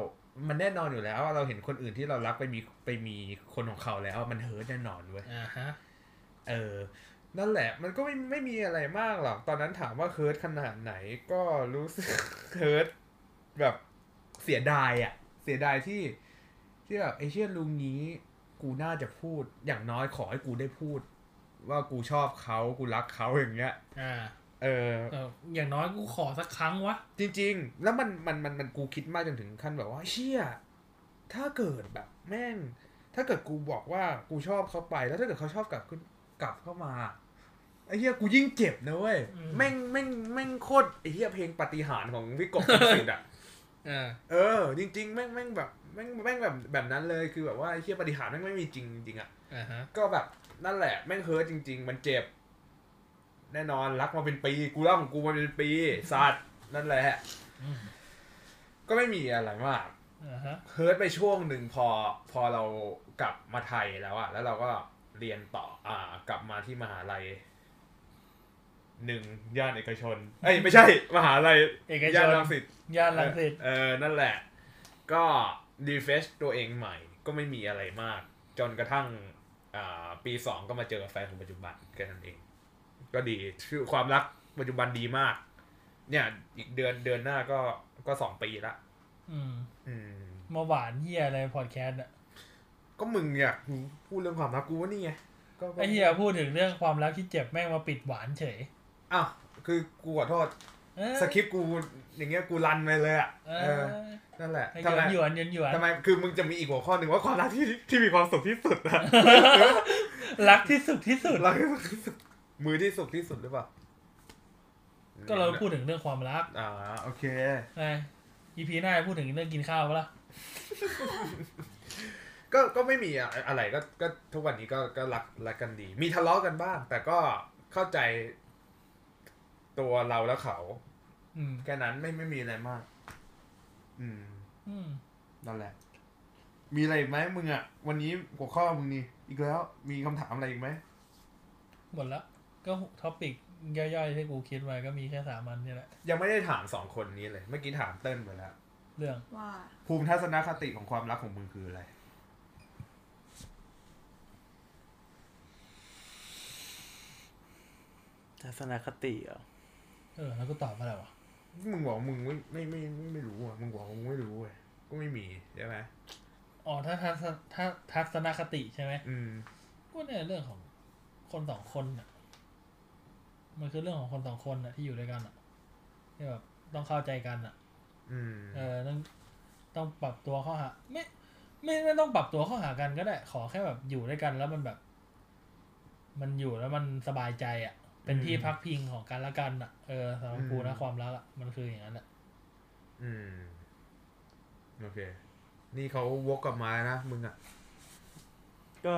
มันแน่นอนอยู่แล้วว่าเราเห็นคนอื่นที่เรารักไปมีไปมีคนของเขาแล้ว มันเฮิร์ตแน่นอนเว้ย อ่าฮะ เออ นั่นแหละ มันก็ไม่ไม่มีอะไรมากหรอก ตอนนั้นถามว่าเฮิร์ตขนาดไหนก็รู้สึก เฮิร์ตแบบเสียดายอะเสียดายที่ ที่แบบไอเชี่ยลุงนี้ กูน่าจะพูด อย่างน้อยขอให้กูได้พูด ว่ากูชอบเขากูรักเขาอย่างเงี้ย อ่า เออ เอออย่างน้อยกูขอสักครั้งวะ จริงๆ แล้วมันมันมันมันกูคิดมากจนถึงขั้นแบบว่าเชี่ย ถ้าเกิดแบบแม่ง ถ้าเกิดกูบอกว่ากูชอบเขาไป แล้วถ้าเกิดเขาชอบกลับขึ้นกลับเข้ามาไอ้เหี้ยกูยิ่งเจ็บนะเว้ย อืม แม่งแม่งแม่งโคตรไอ้เหี้ยเพลงปาฏิหารย์ของพี่กบ สุดอะ เออ เออ จริง ๆ แม่งแม่งแบบแม่งแม่งแบบแบบนั้นเลยคือแบบว่าไอ้เหี้ยปาฏิหารย์แม่งไม่มีจริงจริงๆอะ อ่าฮะ ก็แบบนั่นแหละแม่งเฮิร์ตจริง ๆ มันเจ็บ แน่นอนรักมาเป็นปี กูรักของกูมาเป็นปีสัตว์นั่นแหละ อืม ก็ไม่มีอะไรมาก อ่าฮะ เฮิร์ตไปช่วงหนึ่งพอพอเรากลับมาไทยแล้วอะแล้วเราก็เรียนต่ออ่ากลับมาที่มหาลัยหนึ่งย่านเอกชน เอ้ยไม่ใช่ มหาลัย เอกช ย่าน น รังสิต ย่านลังสิต เออนั่นแหละ ก็รีเฟชตัวเองใหม่ ก็ไม่มีอะไรมาก จนกระทั่งอ่าปีสองก็มาเจอกับแฟนของปัจจุบันแค่นั้นเอง ก็ดีคือความรักปัจจุบันดีมาก เนี่ยอีกเดือนเดือนหน้าก็ก็สองปีละ อืม อืม เมาหวานเฮียอะไรพอดแคสต์อะ ก็มึงอยากพูดเรื่องความรักกูว่านี่ไงก็ก็ ไอเฮียพูดถึงเรื่องความรักที่เจ็บแม่งมาปิดหวานเฉย อ้าวคือกูขอโทษ เออ สคริปต์กูอย่างเงี้ยกูรันไปเลยอ่ะ เอ เอ อ อนั่นแหละ ให้หย ทำ ว ไม นหยวนหยวนหยวน ทำไม คือมึงจะมีอีกหัวข้อหนึ่งว่าความรักที่ที่มีความสุขที่สุดอะ รักที่สุดที่สุด รักที่สุดมือที่สุขที่สุดหรือเปล่า ก็เราพูดถึงเรื่องความรัก อ่าโอเค ไงอีพีหน้าพูดถึงเรื่องกินข้าวปะล่ะ ก็ก็ไม่มีอะอะไรก็ก็ทุกวันนี้ก็ก็รักรักกันดี มีทะเลาะกันบ้าง แต่ก็เข้าใจตัวเราและเขา อืม แค่นั้นไม่ไม่มีอะไรมาก อืม อืม นั่นแหละ มีอะไรอีกไหมมึงอ่ะ วันนี้หัวข้อมึงนี่ อีกแล้ว มีคำถามอะไรอีกไหม หมดละก็ท็อปิกย่อยๆที่กูคิดไว้ก็มีแค่สามอันนี่แหละ ยังไม่ได้ถามสองคนนี้เลย เมื่อกี้ถามเติ้ลไปแล้ว เรื่อง ว่า ภูมิทัศนคติของความรักของมึงคืออะไร ทัศนคติเหรอ เออแล้วก็ตอบอะไรวะ มึงบอกมึงไม่ไม่ไม่ไม่ไม่รู้อ่ะ มึงบอกมึงไม่รู้เว้ยก็ไม่มีใช่ไหม อ๋อถ้าทัศถ้าทัศนคติใช่ไหม อืม ก็เนี่ยเรื่องของคนสองคนน่ะ มันคือเรื่องของคนสองคนน่ะที่อยู่ด้วยกันน่ะที่แบบต้องเข้าใจกันน่ะ อืม เออต้องต้องปรับตัวเข้าหาไม่ไม่ไม่ต้องปรับตัวเข้าหากันก็ได้ ขอแค่แบบอยู่ด้วยกันแล้วมันแบบ มันอยู่แล้วมันสบายใจอ่ะ เป็นที่ อืม พักพิงของกันและกันอ่ะเออสำหรับกูนะ อืม ความรักอ่ะมันคืออย่างนั้นแหละ อืม โอเค นี่เขาวกกลับมานะ มึงอ่ะ ก็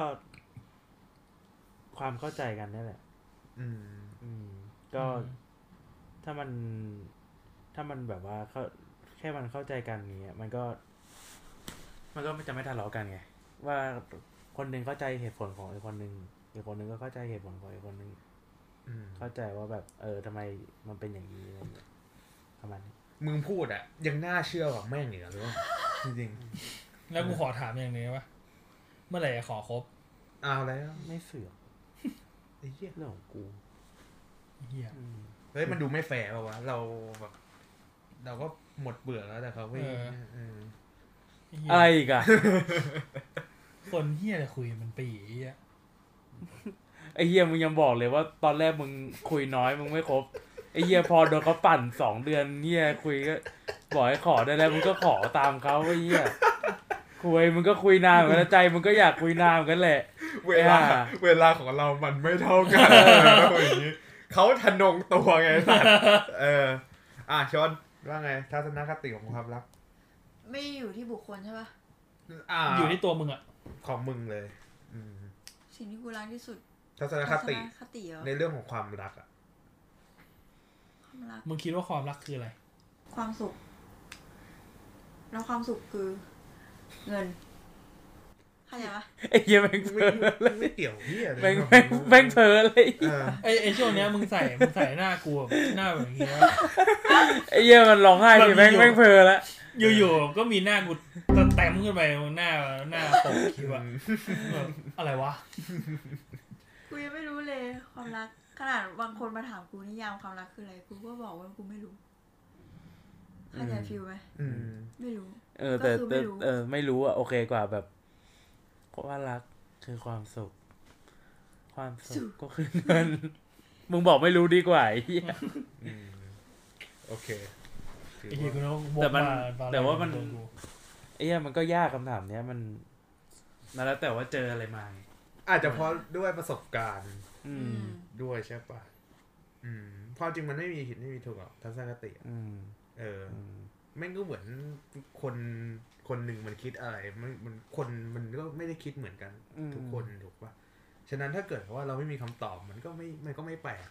ความเข้าใจกันนั่นแหละ อืม อืม ก็ถ้ามัน ถ้ามันแบบว่าเข้าแค่มันเข้าใจกันเนี้ยมันก็ มันก็ไม่จะไม่ทะเลาะกันไง ว่าคนหนึ่งเข้าใจเหตุผลของอีกคนหนึ่งอีกคนหนึ่งก็เข้าใจเหตุผลของอีกคนหนึ่ง อืม เข้าใจว่าแบบ เออทำไมมันเป็นอย่างนี้อะไรอย่างเงี้ยประมาณนี้ มึงพูดอ่ะ ยังน่าเชื่อกว่าแม่งอีกเหรอหรือว่าจริง แล้วกูขอถามอย่างหนึงได้ปะเมื่อไหร่จะขอคบ ๆเอาแล้ว ไม่เสือก ไอ้เหี้ย เรื่องของกู เฮีย อืม เฮ้ยมันดูไม่แฟร์ป่าวะ เราแบบเราก็หมดเบื่อแล้วแต่เขาไม่เออ เหี้ย อะไรอีกอะ คนเฮียจะคุยมันปีเฮีย ไอเฮียมึงยังบอกเลยว่าตอนแรกมึงคุยน้อยมึงไม่ครบไอเฮียพอโดนเขาปั่นสองเดือนเฮียคุยก็บอกให้ขอได้แล้วมึงก็ขอตามเขาไอเฮียคุยมึงก็คุยนานเหมือนกันแล้วใจมึงก็อยากคุยนานเหมือนกันแหละ เวลา อ่า เวลาของเรามันไม่เท่ากันเอออย่างนี้เขาทะนงตัวไงสัตว์เออ อ่ะชอนว่าไงทัศนคติของความรัก ไม่อยู่ที่บุคคลใช่ปะ อ่า อยู่ที่ตัวมึงอ่ะ ของมึงเลย อืม สิ่งที่กูรักที่สุด ทัศนคติ ทัศนคติเหรอ ในเรื่องของความรักอ่ะ ความรัก มึงคิดว่าความรักคืออะไร ความสุข แล้วความสุขคือ เงินเข้าใจปะ ไอเฮียแม่งเพ้อเลย ไม่เกี่ยวเหี้ยเลย แม่งแม่งแม่งเพ้อเลย เออ ไอไอช่วงเนี้ยมึงใส่มึงใส่หน้ากลัวหน้าแบบเงี้ย ไอเฮียมันร้องไห้ดิแม่งแม่งเพ้อละ อยู่ๆ ก็มีหน้ากูตะแต้มขึ้นไปหน้าหน้าตกคิดว่าแบบอะไรวะ กูยังไม่รู้เลย ความรัก ขนาดบางคนมาถามกูนิยามความรักคืออะไร กูก็บอกว่ากูไม่รู้เข้าใจฟิลไหม อืม ไม่รู้ เออแต่ ก็คือไม่ แต่ รู้ เออไม่รู้อะโอเคกว่าแบบว่ารักคือความสุข ความสุขก็คือเงินมึงบอกไม่รู้ดีกว่าไอ้เหี้ย อืมโอเคถือ ไอ้ทีย ว่า กูต้องวก แต่มัน ตอรก แต่ว่ามัน โดกู ไอ้เหี้ยมันก็ยากคำถามเนี้ยมันมันแล้วแต่ว่าเจออะไรมาไง อาจจะเพราะด้วยประสบการณ์ อื อื ม ม ด้วยใช่ปะอืมความจริงมันไม่มีผิดไม่มีถูกหรอกทัศนคติอะ อืม เอออ อืม แม่งก็เหมือนคนคนหนึ่งมันคิดอะไร มันมันคนมันก็ไม่ได้คิดเหมือนกัน อืม ทุกคนถูกปะฉะนั้นถ้าเกิดว่าเราไม่มีคำตอบมันก็ไม่มันก็ไม่แปลก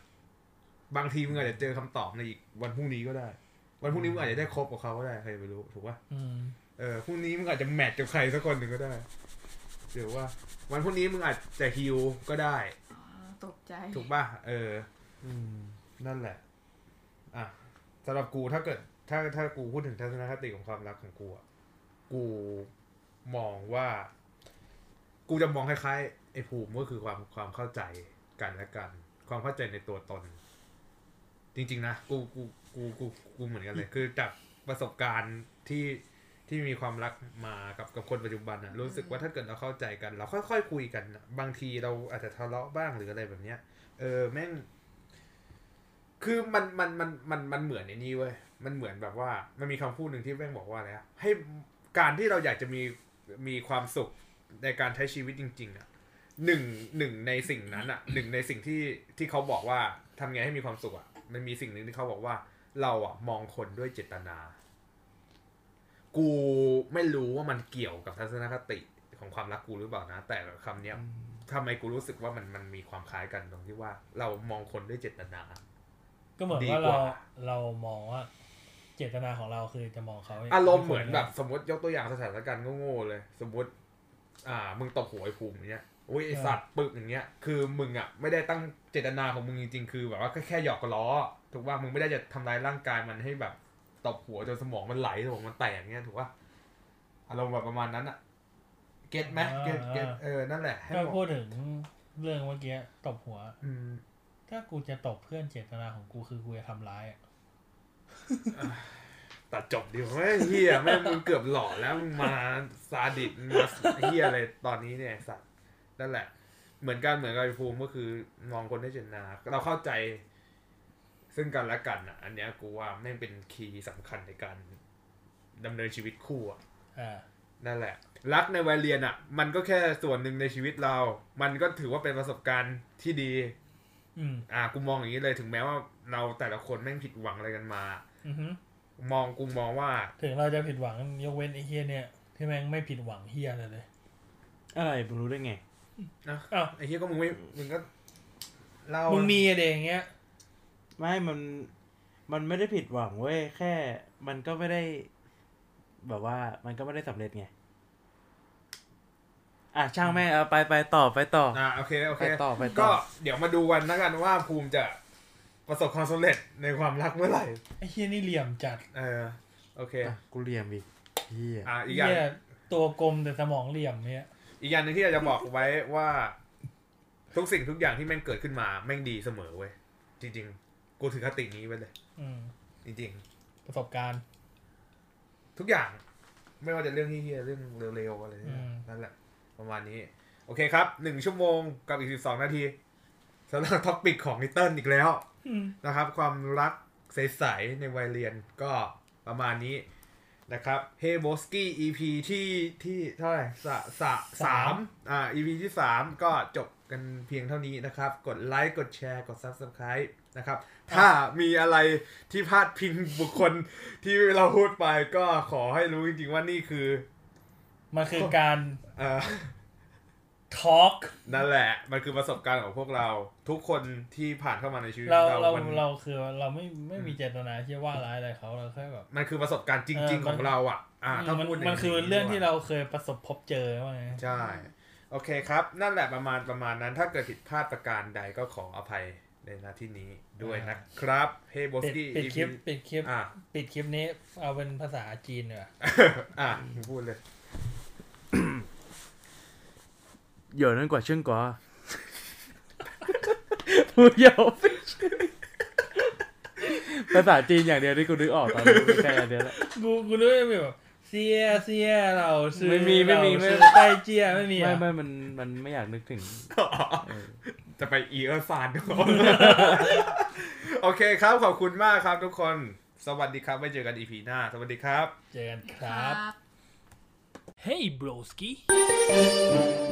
บางทีมึงอาจจะเจอคำตอบในอีกวันพรุ่งนี้ก็ได้ วันพรุ่งนี้มึงอาจจะได้คบกับเขาก็ได้ใครจะไปรู้ถูกปะ อืม เออพรุ่งนี้มึงอาจจะแมทกับใครสักคนหนึ่งก็ได้หรือว่า วันพรุ่งนี้มึงอาจจะฮิวก็ได้ ตกใจ ถูกป่ะ เออ นั่นแหละ อ่ะสำหรับกูถ้าเกิด ถ้าถ้ากูพูดถึงทัศนคติของความรักของกูอะกูมองว่า กูจะมองคล้ายๆไอ้ภูมิก็คือความความเข้าใจกันและกัน ความเข้าใจในตัวตน จริง ๆ นะกูกูกูกูกูเหมือนกันเลย คือจากประสบการณ์ที่ที่มีความรักมากับกับคนปัจจุบันอะรู้สึกว่าถ้าเกิดเราเข้าใจกัน เราค่อยๆคุยกันอะบางทีเราอาจจะทะเลาะบ้างหรืออะไรแบบเนี้ย เออแม่ง คือมันมันมันมันมันเหมือนในนี้เว้ย มันเหมือนแบบว่า มันมีคำพูดหนึ่งที่แม่งบอกว่าอะไรอะให้การที่เราอยากจะมีมีความสุขในการใช้ชีวิตจริง ๆอะหนึ่งหนึ่งในสิ่งนั้นอะหนึ่งในสิ่งที่ที่เขาบอกว่าทำไงให้มีความสุขอะมันมีสิ่งหนึ่งที่เขาบอกว่า เราอะมองคนด้วยเจตนา กูไม่รู้ว่ามันเกี่ยวกับทัศนคติของความรักกูหรือเปล่านะ แต่คำเนี้ย ทำไมกูรู้สึกว่ามันมันมีความคล้ายกันตรงที่ว่า เรามองคนด้วยเจตนา ก็เหมือน ดี ว่าก เรา ว่า เรามองว่า เจตนาของเราคือจะมองเขา อารมณ์เหมือนแบบสมมติยกตัวอย่างสถานการณ์โง่ๆเลย สมมติ อ่า มึงตบหัวไอ้ภูมิอย่างเนี้ยอุ้ยไอสัตว์ปึกอย่างเงี้ย คือมึงอ่ะไม่ได้ตั้งเจตนาของมึงจริงๆคือแบบว่าแค่แค่หยอกล้อถูกว่ามึงไม่ได้จะทำร้ายร่างกายมันให้แบบตบหัวจนสมองมันไหลสมองมันแตกอย่างเงี้ยถูกว่าอารมณ์แบบประมาณนั้นอ่ะเก็ตไหมเก็ตเก็ตเออนั่นแหละให้ ก็ บอก พูดถึงเรื่องเมื่อกี้ตบหัว อืม ถ้ากูจะตบเพื่อนเจตนาของกูคือกูจะทำร้ายอะ ตัดจบดีกว่าแม่งเฮียแม่งมึงเกือบหล่อแล้วมึงมาซาดิสมาเฮียอะไรตอนนี้เนี่ยไอ้สัตว์นั่นแหละ เหมือนกันเหมือนกับไอ้ภูมิก็คือมองคนได้เจตนา เราเข้าใจ ซึ่งกันและกันอ่ะ อันเนี้ยกูว่าแม่งเป็นคีย์สำคัญในการดำเนินชีวิตคู่อ่ะ อ่า นั่นแหละ รักในวัยเรียนอ่ะ มันก็แค่ส่วนหนึ่งในชีวิตเรา มันก็ถือว่าเป็นประสบการณ์ที่ดี อืม อ่ะกูมองอย่างนี้เลยถึงแม้ว่าเราแต่ละคนแม่งผิดหวังอะไรกันมา อือฮึ มองกูมองว่า ถึงเราจะผิดหวังยกเว้นไอ้เฮียเนี่ย ที่แม่งไม่ผิดหวังเฮียอะไรเลย อะไรมึงรู้ได้ไง นะ อ้าว ไอ้เฮียก็มึงไม่มึงก็เล่า มึ มึ งมีอะเดงเงี้ย ไม่มันมันไม่ได้ผิดหวังเว้ยแค่มันก็ไม่ได้ แบบว่ามันก็ไม่ได้สำเร็จไง อ่ะช่างแม่งเอาไปไปต่อไปต่อ อ่าโอเคโอเค ไปต่อไปต่อ ก็เดี๋ยวมาดูกันนะกันว่าภูมิจะประสบความสำเร็จในความรักเมื่อไหร่ ไอ้เฮียนี่เหลี่ยมจัด เออโอเค อ่ะกูเรียมอีกเฮีย อ่าอีกอ เฮี ย่ายงตัวกลมแต่สมองเหลี่ยมเนี่ย อีกอย่างหนึงที่อยากจะบอกไว้ว่าทุกสิ่งทุกอย่างที่แม่งเกิดขึ้นมาแม่งดีเสมอเว้ยจริงๆ กูถือคตินี้ไว้เลย อืม จริง ประสบการณ์ ๆ ทุกอย่าง ไม่ว่าจะเรื่องที่เฮียเรื่องเร็วๆอะไรเนี่ย อืม นั่นแหละ ประมาณนี้ โอเคครับหนึ่งชั่วโมงกับอีกสิบสองนาทีสำหรับท็อปิกของนิเติลอีกแล้ว อืม นะครับความรักใส ๆ ในวัยเรียนก็ประมาณนี้นะครับเฮโบสกี้ EP ที่ที่เท่าไหร่สะสะสามอ่า EP ที่ 3 ก็จบกันเพียงเท่านี้นะครับ กดไลค์กดแชร์กด Subscribe นะครับ ถ้ามีอะไรที่พลาดพิงบุคคล ที่เราพูดไปก็ขอให้รู้จริง ๆ ว่านี่คือ มันคือการ เอ่อ ทอล์ก นั่นแหละ มันคือประสบการณ์ของพวกเราทุกคนที่ผ่านเข้ามาในชีวิต เราเรา มัน เราคือเราไม่ไม่มีเจตนาที่จะว่าร้ายอะไรเขาเราแค่แบบ มันคือประสบการณ์จริง เออๆข มัน องเราอ่ะ อ่าถ้า มัน พูดย่า มันคือเรื่องที่เราเคยประสบพบเจอว่าไง ใช่ โอเคครับ นั่นแหละประมาณประมาณนั้น ถ้าเกิดผิดพลาดประการใดก็ขออภัยในหน้าที่นี้ด้วยนะครับเฮโบส ปิดปิดกี้คลิปปิดคลิป อ่ะ ปิดคลิปนี้เอาเป็นภาษาจีนเน อะ อ่ะพูดเลย เหย่อนั่นกว่าเชื่อง กว่าพูดเหยาะ ภาษาจีนอย่างเดียวที่กูนึกออกตอนนี้มีแค่อันเดียวแหละ กูกูนึกว่าจะมีแบบเซียเซียเราซื้อ ไม่มีไม่มี เรา ไม่ ซื้อไต้เจี้ยไม่มี ไม่ อะ ไม่มันมันไม่อยากนึกถึง จะไปอีเออร์ซานด้วย โอเคครับ ขอบคุณมากครับทุกคน สวัสดีครับไว้เจอกันอีพีหน้า สวัสดีครับ เจอกันครับ Hey broski